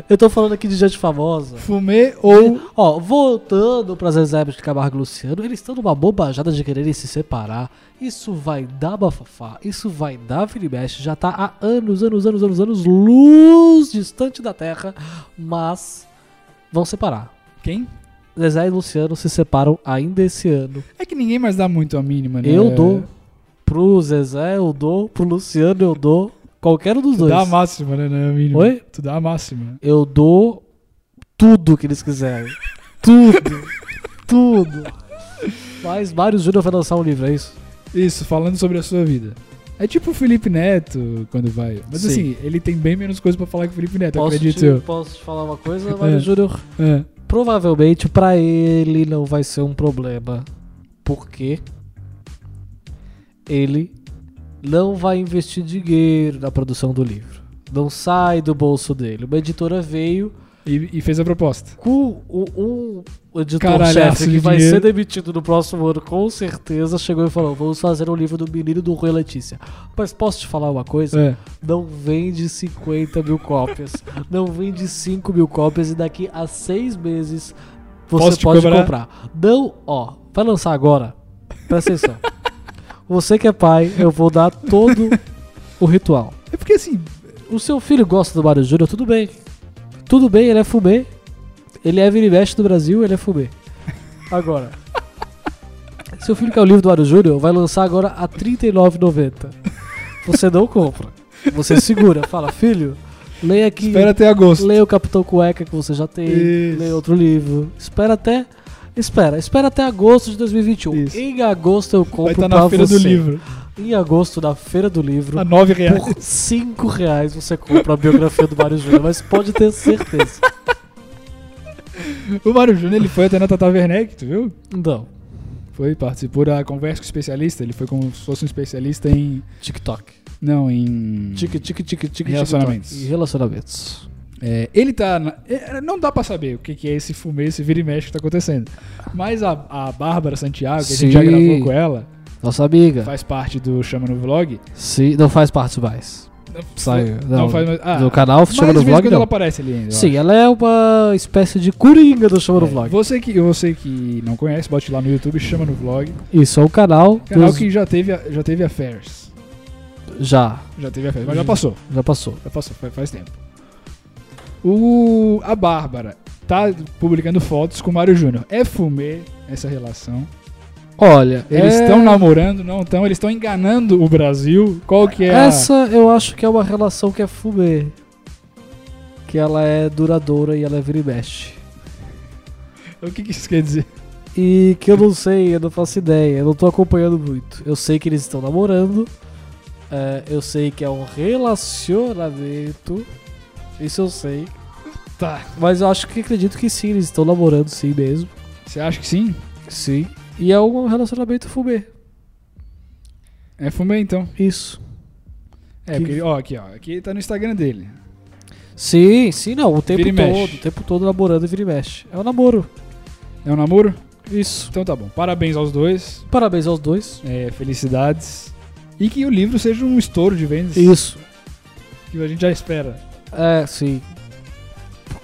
[SPEAKER 4] Eu tô falando aqui de gente famosa.
[SPEAKER 5] Fumê ou.
[SPEAKER 4] Ó, voltando pras exércitos de Camargo e Luciano, eles estão numa bobajada de quererem se separar. Isso vai dar bafafá, isso vai dar filibeste. Já tá há anos, anos, anos, anos, anos, luz distante da Terra, mas vão separar.
[SPEAKER 5] Quem?
[SPEAKER 4] Zezé e Luciano se separam ainda esse ano.
[SPEAKER 5] É que ninguém mais dá muito a mínima, né?
[SPEAKER 4] Eu dou pro Zezé, eu dou pro Luciano, eu dou qualquer um dos
[SPEAKER 5] Tu
[SPEAKER 4] dois.
[SPEAKER 5] dá a máxima, né? Não é a mínima.
[SPEAKER 4] Oi?
[SPEAKER 5] Tu dá a máxima.
[SPEAKER 4] Eu dou tudo que eles quiserem. tudo. tudo. Mas Mário Júnior vai lançar um livro, é isso?
[SPEAKER 5] Isso, falando sobre a sua vida. É tipo o Felipe Neto quando vai. Mas
[SPEAKER 4] Sim.
[SPEAKER 5] assim, ele tem bem menos coisa pra falar que o Felipe Neto,
[SPEAKER 4] posso,
[SPEAKER 5] acredito
[SPEAKER 4] te,
[SPEAKER 5] eu.
[SPEAKER 4] posso te falar uma coisa, Mário
[SPEAKER 5] É.
[SPEAKER 4] Júnior?
[SPEAKER 5] É.
[SPEAKER 4] Provavelmente pra ele não vai ser um problema. Porque ele não vai investir dinheiro na produção do livro. Não sai do bolso dele. Uma editora veio
[SPEAKER 5] E, e fez a proposta.
[SPEAKER 4] com o- um
[SPEAKER 5] Caralhaço
[SPEAKER 4] editor-chefe que
[SPEAKER 5] de
[SPEAKER 4] vai
[SPEAKER 5] dinheiro.
[SPEAKER 4] ser demitido no próximo ano, com certeza, chegou e falou: Vamos fazer um livro do menino do Rui Letícia. Mas posso te falar uma coisa?
[SPEAKER 5] É.
[SPEAKER 4] Não vende 50 mil cópias. não vende 5 mil cópias. E daqui a seis meses Você
[SPEAKER 5] Posso te
[SPEAKER 4] pode
[SPEAKER 5] cobrar?
[SPEAKER 4] comprar. Não, ó, vai lançar agora. Presta atenção. Você que é pai, eu vou dar todo o ritual.
[SPEAKER 5] É porque assim,
[SPEAKER 4] O seu filho gosta do Mario Júnior, tudo bem. Tudo bem, ele é fumê. Ele é vira e mexe do Brasil, ele é fumê. Agora. Seu filho quer o livro do Mario Júnior, vai lançar agora a R$ 39,90. Você não compra. Você segura, fala, filho, leia aqui.
[SPEAKER 5] espera até agosto.
[SPEAKER 4] Leia o Capitão Cueca que você já tem.
[SPEAKER 5] Isso.
[SPEAKER 4] Leia outro livro. Espera até. Espera, espera até agosto de 2021.
[SPEAKER 5] Isso.
[SPEAKER 4] Em agosto eu compro
[SPEAKER 5] Vai estar
[SPEAKER 4] pra
[SPEAKER 5] na feira
[SPEAKER 4] você.
[SPEAKER 5] do livro. Tá
[SPEAKER 4] Em agosto, na feira do livro,
[SPEAKER 5] A nove reais.
[SPEAKER 4] por 5 reais você compra a biografia do Mário Júnior, mas pode ter certeza.
[SPEAKER 5] O Mário Júnior ele foi até na Tata Werneck, tu viu?
[SPEAKER 4] Não.
[SPEAKER 5] Foi, participou da conversa com o especialista. Ele foi como se fosse um especialista em.
[SPEAKER 4] TikTok.
[SPEAKER 5] Não, em.
[SPEAKER 4] Tique, tique, tique, tique,
[SPEAKER 5] Relacionamentos.
[SPEAKER 4] TikTok. E relacionamentos.
[SPEAKER 5] É, ele tá. na- é, Não dá pra saber o que, que é esse fumê, esse vira e mexe que tá acontecendo. Mas a, a Bárbara Santiago, que a
[SPEAKER 4] Sim.
[SPEAKER 5] gente já gravou com ela,
[SPEAKER 4] Nossa amiga.
[SPEAKER 5] faz parte do Chama no Vlog.
[SPEAKER 4] Se, não faz parte mais. Saiu. Não,
[SPEAKER 5] faz mais. Ah,
[SPEAKER 4] do canal
[SPEAKER 5] mas
[SPEAKER 4] Chama
[SPEAKER 5] de
[SPEAKER 4] no
[SPEAKER 5] vez em
[SPEAKER 4] Vlog,
[SPEAKER 5] quando
[SPEAKER 4] não.
[SPEAKER 5] ela aparece ali ainda. eu
[SPEAKER 4] Sim, ela é uma espécie de coringa do Chama no
[SPEAKER 5] É,
[SPEAKER 4] Vlog.
[SPEAKER 5] Você que, você que não conhece, bote lá no YouTube, chama no vlog.
[SPEAKER 4] Isso, é o canal,
[SPEAKER 5] Um Canal
[SPEAKER 4] dos-
[SPEAKER 5] que já teve, a- já teve affairs.
[SPEAKER 4] já,
[SPEAKER 5] Já teve affairs,
[SPEAKER 4] Hum.
[SPEAKER 5] mas já passou.
[SPEAKER 4] já passou.
[SPEAKER 5] Já passou, faz, faz tempo. O, a Bárbara tá publicando fotos com o Mário Júnior. É fumê essa relação.
[SPEAKER 4] Olha,
[SPEAKER 5] Eles
[SPEAKER 4] é-
[SPEAKER 5] estão namorando, não estão. Eles estão enganando o Brasil. Qual que é a-
[SPEAKER 4] Essa eu acho que é uma relação que é fumê. Que ela é duradoura e ela é vira e mexe.
[SPEAKER 5] O que, que isso quer dizer?
[SPEAKER 4] E que eu não sei, eu não faço ideia, eu não tô acompanhando muito. Eu sei que eles estão namorando, é, eu sei que é um relacionamento, isso eu sei.
[SPEAKER 5] Tá.
[SPEAKER 4] Mas eu acho que acredito que sim, eles estão namorando sim mesmo.
[SPEAKER 5] Você acha que sim?
[SPEAKER 4] Sim. E é um relacionamento fumê.
[SPEAKER 5] É fumê então.
[SPEAKER 4] Isso.
[SPEAKER 5] É,
[SPEAKER 4] Que-
[SPEAKER 5] porque, ó, aqui, ó. Aqui tá no Instagram dele.
[SPEAKER 4] Sim, sim, não. O tempo
[SPEAKER 5] Vira e
[SPEAKER 4] todo,
[SPEAKER 5] mexe.
[SPEAKER 4] o tempo todo namorando e vira e mexe. É um namoro.
[SPEAKER 5] É um namoro?
[SPEAKER 4] Isso.
[SPEAKER 5] Então tá bom. Parabéns aos dois.
[SPEAKER 4] Parabéns aos dois.
[SPEAKER 5] é, felicidades. E que o livro seja um estouro de vendas.
[SPEAKER 4] Isso.
[SPEAKER 5] Que a gente já espera.
[SPEAKER 4] É, sim.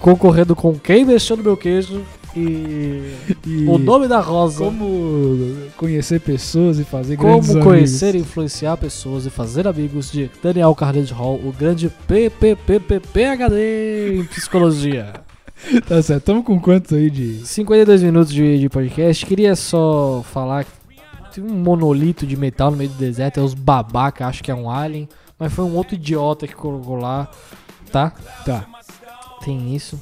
[SPEAKER 4] Concorrendo com quem mexeu no meu queijo e.
[SPEAKER 5] E
[SPEAKER 4] O nome da rosa.
[SPEAKER 5] como conhecer pessoas e fazer grandes
[SPEAKER 4] Como
[SPEAKER 5] amigos.
[SPEAKER 4] conhecer e influenciar pessoas e fazer amigos de Daniel Carnegie Hall, o grande PPPPPHD em psicologia.
[SPEAKER 5] Tá certo. Estamos com quanto aí de...
[SPEAKER 4] 52 minutos de, de podcast. Queria só falar que tem um monolito de metal no meio do deserto. É os babaca, acho que é um alien. Mas foi um outro idiota que colocou lá, tá?
[SPEAKER 5] Tá.
[SPEAKER 4] Tem isso.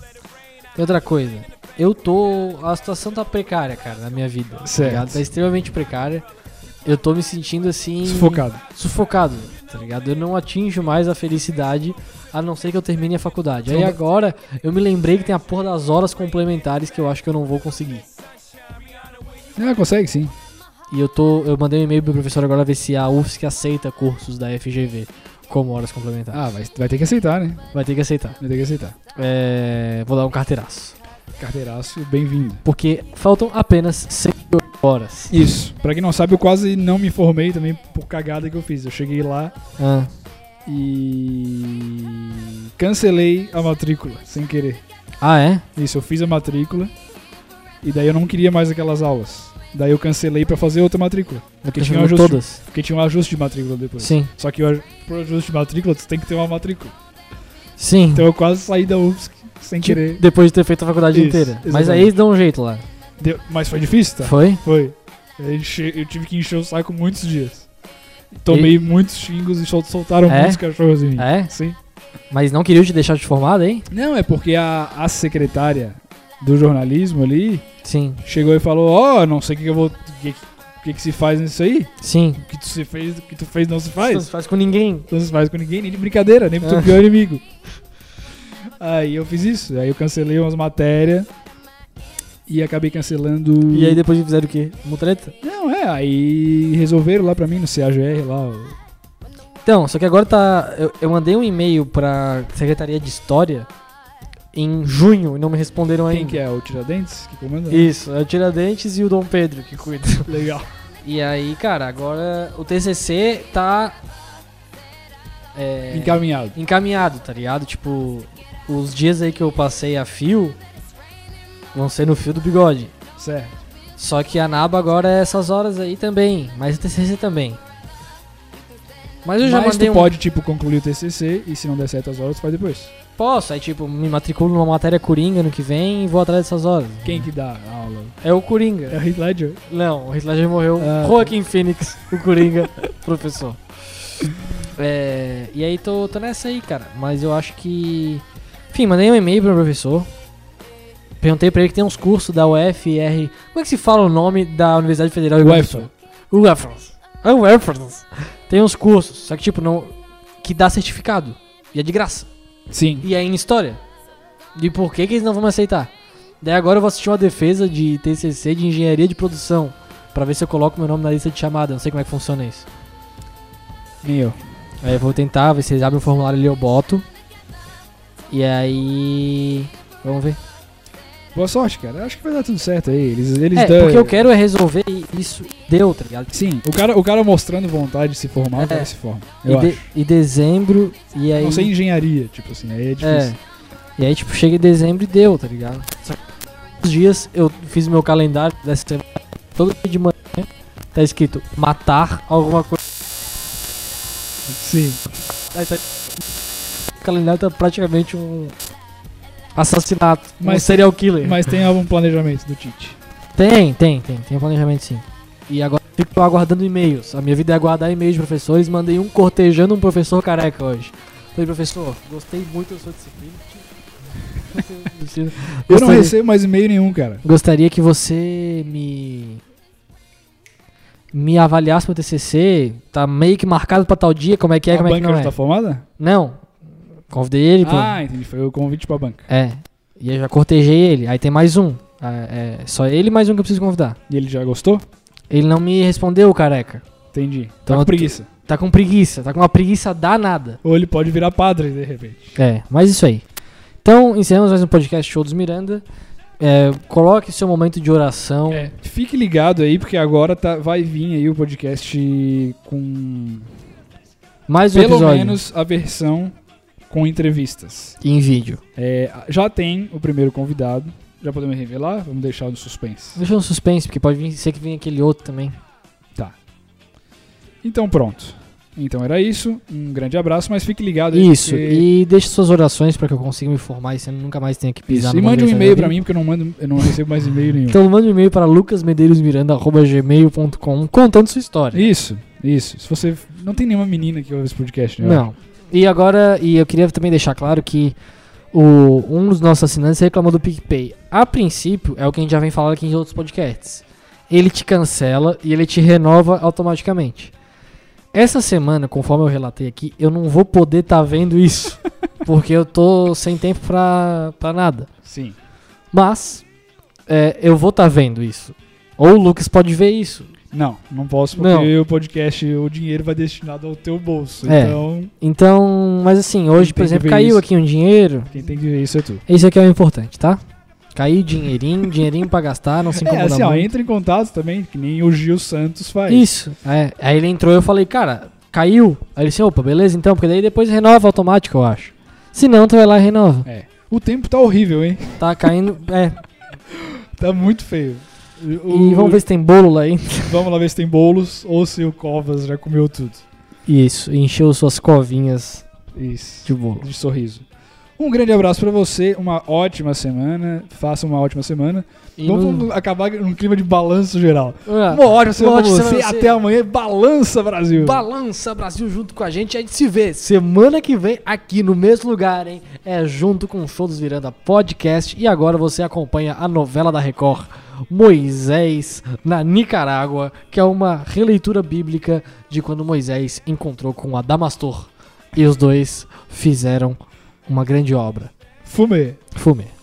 [SPEAKER 4] E outra coisa, eu tô. A situação tá precária, cara, na minha vida. tá
[SPEAKER 5] Certo.
[SPEAKER 4] ligado? Tá extremamente precária. Eu tô me sentindo assim.
[SPEAKER 5] Sufocado.
[SPEAKER 4] Sufocado, tá ligado? Eu não atinjo mais a felicidade a não ser que eu termine a faculdade. Aí
[SPEAKER 5] Então-
[SPEAKER 4] agora eu me lembrei que tem a porra das horas complementares que eu acho que eu não vou conseguir.
[SPEAKER 5] Ah, consegue sim.
[SPEAKER 4] E eu tô. Eu mandei um e-mail pro professor agora ver se a UFSC aceita cursos da FGV como horas complementares.
[SPEAKER 5] Ah, vai, vai ter que aceitar, né?
[SPEAKER 4] Vai ter que aceitar.
[SPEAKER 5] Vai ter que aceitar.
[SPEAKER 4] É, vou dar um carteiraço.
[SPEAKER 5] Carteiraço, bem-vindo.
[SPEAKER 4] Porque faltam apenas 108 horas.
[SPEAKER 5] Isso. Pra quem não sabe, eu quase não me formei também por cagada que eu fiz. Eu cheguei lá
[SPEAKER 4] Ah,
[SPEAKER 5] e... Cancelei a matrícula, sem querer.
[SPEAKER 4] Ah, é?
[SPEAKER 5] Isso, eu fiz a matrícula e daí eu não queria mais aquelas aulas. Daí eu cancelei pra fazer outra matrícula,
[SPEAKER 4] Porque
[SPEAKER 5] tinha
[SPEAKER 4] tinha
[SPEAKER 5] ajuste-
[SPEAKER 4] todas.
[SPEAKER 5] porque tinha um ajuste de matrícula depois.
[SPEAKER 4] Sim.
[SPEAKER 5] Só que o aj- pro ajuste de matrícula tu tem que ter uma matrícula.
[SPEAKER 4] Sim.
[SPEAKER 5] Então eu quase saí da UFSC sem
[SPEAKER 4] Tipo,
[SPEAKER 5] querer.
[SPEAKER 4] Depois de ter feito a faculdade
[SPEAKER 5] Isso,
[SPEAKER 4] inteira. Mas
[SPEAKER 5] exatamente.
[SPEAKER 4] aí eles dão um jeito lá.
[SPEAKER 5] Deu- Mas foi difícil, tá?
[SPEAKER 4] Foi?
[SPEAKER 5] Foi. Eu, enche- eu tive que encher o saco muitos dias. Tomei muitos xingos e sol- soltaram
[SPEAKER 4] É?
[SPEAKER 5] muitos cachorros em mim.
[SPEAKER 4] É?
[SPEAKER 5] Sim.
[SPEAKER 4] Mas não queriam te deixar desformado, hein?
[SPEAKER 5] Não, é porque a, a secretária do jornalismo ali
[SPEAKER 4] Sim.
[SPEAKER 5] chegou e falou: Ó, não sei o que, que eu vou. O que, que, que se faz nisso aí?
[SPEAKER 4] Sim.
[SPEAKER 5] O que tu se fez, o que tu fez não se
[SPEAKER 4] Não
[SPEAKER 5] faz.
[SPEAKER 4] se faz com ninguém.
[SPEAKER 5] Não se faz com ninguém, nem de brincadeira, nem pro teu
[SPEAKER 4] Ah.
[SPEAKER 5] pior inimigo. Aí eu fiz isso, aí eu cancelei umas matérias e acabei cancelando.
[SPEAKER 4] E aí depois fizeram o quê? Mutreta?
[SPEAKER 5] Não, é, aí resolveram lá pra mim no CAGR lá. o-
[SPEAKER 4] Então, só que agora tá. Eu, eu mandei um e-mail pra Secretaria de História em junho e não me responderam ainda.
[SPEAKER 5] Quem que é? O Tiradentes? Que comanda?
[SPEAKER 4] Isso, é o Tiradentes e o Dom Pedro que cuida.
[SPEAKER 5] Legal.
[SPEAKER 4] E aí, cara, agora o TCC tá. É,
[SPEAKER 5] Encaminhado.
[SPEAKER 4] encaminhado, tá ligado? Tipo, os dias aí que eu passei a fio, vão ser no fio do bigode.
[SPEAKER 5] Certo.
[SPEAKER 4] Só que a naba agora é essas horas aí também, mas o TCC também. Mas eu já
[SPEAKER 5] Mas
[SPEAKER 4] mandei
[SPEAKER 5] tu
[SPEAKER 4] um...
[SPEAKER 5] pode, tipo, concluir o TCC e se não der certo as horas, tu faz depois.
[SPEAKER 4] Posso, aí tipo, me matriculo numa matéria Coringa no que vem e vou atrás dessas horas.
[SPEAKER 5] Quem que dá a aula?
[SPEAKER 4] É o Coringa.
[SPEAKER 5] É o Heath Ledger.
[SPEAKER 4] Não, o Heath Ledger morreu.
[SPEAKER 5] Ah, tá.
[SPEAKER 4] Joaquim Phoenix, o Coringa, professor. É, e aí tô, tô nessa aí, cara. Mas eu acho que... Enfim, mandei um e-mail pro professor. Perguntei pra ele que tem uns cursos da UFR... Como é que se fala o nome da Universidade Federal de Rio Grande do Sul?
[SPEAKER 5] Webster.
[SPEAKER 4] UFRS. A UFRS É tem uns cursos, só que tipo, não... Que dá certificado. E é de graça.
[SPEAKER 5] Sim.
[SPEAKER 4] E é em história. De por que, que eles não vão me aceitar. Daí agora eu vou assistir uma defesa de TCC de engenharia de produção. Pra ver se eu coloco meu nome na lista de chamada. Não sei como é que funciona isso.
[SPEAKER 5] Nem eu.
[SPEAKER 4] Aí eu vou tentar, ver se eles abrem o formulário ali, eu boto. E aí. Vamos ver.
[SPEAKER 5] Boa sorte, cara. Acho que vai dar tudo certo aí. Eles, eles
[SPEAKER 4] é,
[SPEAKER 5] dão...
[SPEAKER 4] porque eu quero é resolver isso deu, tá ligado?
[SPEAKER 5] Sim, o cara, o cara mostrando vontade de se formar,
[SPEAKER 4] É.
[SPEAKER 5] o cara se forma.
[SPEAKER 4] E,
[SPEAKER 5] Eu
[SPEAKER 4] de-
[SPEAKER 5] acho.
[SPEAKER 4] e dezembro, e aí.
[SPEAKER 5] Não sei engenharia, tipo assim, aí é
[SPEAKER 4] É.
[SPEAKER 5] difícil.
[SPEAKER 4] E aí, tipo, chega em dezembro e deu, tá ligado? Só que os dias eu fiz meu calendário dessa semana, todo dia de manhã, tá escrito matar alguma coisa. É.
[SPEAKER 5] Sim.
[SPEAKER 4] Aí tá- O calendário tá praticamente um assassinato,
[SPEAKER 5] Mas-
[SPEAKER 4] um serial killer.
[SPEAKER 5] Mas tem algum planejamento do Tite.
[SPEAKER 4] Tem, tem, tem, tem um planejamento sim. E agora eu fico aguardando e-mails. A minha vida é aguardar e-mails de professores. Mandei um cortejando um professor careca hoje. Falei, professor, gostei muito da sua disciplina.
[SPEAKER 5] Eu não
[SPEAKER 4] Gostaria-
[SPEAKER 5] recebo mais e-mail nenhum, cara.
[SPEAKER 4] Gostaria que você me me avaliasse meu TCC, tá meio que marcado pra tal dia, como é que é,
[SPEAKER 5] a
[SPEAKER 4] como é que
[SPEAKER 5] banca
[SPEAKER 4] não
[SPEAKER 5] já
[SPEAKER 4] é.
[SPEAKER 5] tá formada?
[SPEAKER 4] Não. Convidei ele, pô.
[SPEAKER 5] Ah, entendi. Foi o convite pra banca.
[SPEAKER 4] É. E eu já cortejei ele. Aí tem mais um. Ah, É, só ele e mais um que eu preciso convidar.
[SPEAKER 5] E ele já gostou?
[SPEAKER 4] Ele não me respondeu, careca.
[SPEAKER 5] Entendi. Tá
[SPEAKER 4] Então eu
[SPEAKER 5] com
[SPEAKER 4] tô-
[SPEAKER 5] preguiça.
[SPEAKER 4] Tá com preguiça, tá com uma preguiça danada.
[SPEAKER 5] Ou ele pode virar padre, de repente.
[SPEAKER 4] É, mas isso aí. Então, encerramos mais um podcast Show dos Miranda. É, coloque seu momento de oração.
[SPEAKER 5] É, fique ligado aí, porque agora tá, vai vir aí o podcast com
[SPEAKER 4] Mais um
[SPEAKER 5] pelo
[SPEAKER 4] episódio
[SPEAKER 5] menos a versão com entrevistas.
[SPEAKER 4] em vídeo.
[SPEAKER 5] É, já tem o primeiro convidado. Já podemos revelar? Vamos deixar no suspense.
[SPEAKER 4] Deixa um suspense, porque pode vir- ser que venha aquele outro também.
[SPEAKER 5] Então pronto. Então era isso. Um grande abraço, mas fique ligado aí.
[SPEAKER 4] Isso,
[SPEAKER 5] porque-
[SPEAKER 4] e deixe suas orações pra que eu consiga me formar e você nunca mais tenha que pisar
[SPEAKER 5] Isso. E
[SPEAKER 4] numa
[SPEAKER 5] mande um
[SPEAKER 4] universidade
[SPEAKER 5] e-mail
[SPEAKER 4] da
[SPEAKER 5] pra
[SPEAKER 4] vida.
[SPEAKER 5] mim, porque eu não, mando, eu não recebo mais e-mail nenhum.
[SPEAKER 4] Então mande um e-mail para lucasmedeirosmiranda.gmail.com contando sua história.
[SPEAKER 5] Isso, isso. Se você. Não tem nenhuma menina que ouve esse podcast, né?
[SPEAKER 4] Não. E agora, e eu queria também deixar claro que o, um dos nossos assinantes reclamou do PicPay. A princípio, é o que a gente já vem falando aqui em outros podcasts. Ele te cancela e ele te renova automaticamente. Essa semana, conforme eu relatei aqui, eu não vou poder estar vendo isso. porque eu tô sem tempo pra, pra nada.
[SPEAKER 5] Sim.
[SPEAKER 4] Mas é, eu vou estar vendo isso. Ou o Lucas pode ver isso.
[SPEAKER 5] Não, não posso, porque
[SPEAKER 4] Não.
[SPEAKER 5] o podcast, o dinheiro vai destinado ao teu bolso.
[SPEAKER 4] É.
[SPEAKER 5] Então,
[SPEAKER 4] Então, mas assim, hoje, por
[SPEAKER 5] Tem que
[SPEAKER 4] exemplo,
[SPEAKER 5] ver
[SPEAKER 4] caiu
[SPEAKER 5] isso.
[SPEAKER 4] aqui um dinheiro.
[SPEAKER 5] quem tem que ver isso é tu.
[SPEAKER 4] Isso aqui é o importante, tá? Caiu dinheirinho, dinheirinho pra gastar, não se
[SPEAKER 5] É,
[SPEAKER 4] incomoda
[SPEAKER 5] assim, ó,
[SPEAKER 4] muito.
[SPEAKER 5] entra em contato também, que nem o Gil Santos faz.
[SPEAKER 4] Isso. é. Aí ele entrou e eu falei, cara, caiu. Aí ele disse, opa, beleza então, porque daí depois renova automático, eu acho. Se não, tu vai lá e renova.
[SPEAKER 5] O tempo tá horrível, hein?
[SPEAKER 4] Tá caindo, é.
[SPEAKER 5] Tá muito feio.
[SPEAKER 4] E vamos ver se tem bolo lá aí.
[SPEAKER 5] Vamos lá ver se tem bolos ou se o Covas já comeu tudo.
[SPEAKER 4] Isso, encheu suas covinhas
[SPEAKER 5] Isso.
[SPEAKER 4] de bolo.
[SPEAKER 5] de sorriso. Um grande abraço pra você, uma ótima semana. Faça uma ótima semana.
[SPEAKER 4] E
[SPEAKER 5] Vamos
[SPEAKER 4] no-
[SPEAKER 5] acabar num clima de balanço geral.
[SPEAKER 4] Ah,
[SPEAKER 5] Uma ótima semana
[SPEAKER 4] uma
[SPEAKER 5] pra
[SPEAKER 4] ótima
[SPEAKER 5] você.
[SPEAKER 4] semana pra você.
[SPEAKER 5] Até amanhã. Balança, Brasil!
[SPEAKER 4] Balança Brasil junto com a gente. A gente se vê semana que vem aqui no mesmo lugar, hein? É junto com o Show dos Viranda Podcast. E agora você acompanha a novela da Record, Moisés na Nicarágua, que é uma releitura bíblica de quando Moisés encontrou com Adamastor. E os dois fizeram uma grande obra.
[SPEAKER 5] Fumê!
[SPEAKER 4] Fume.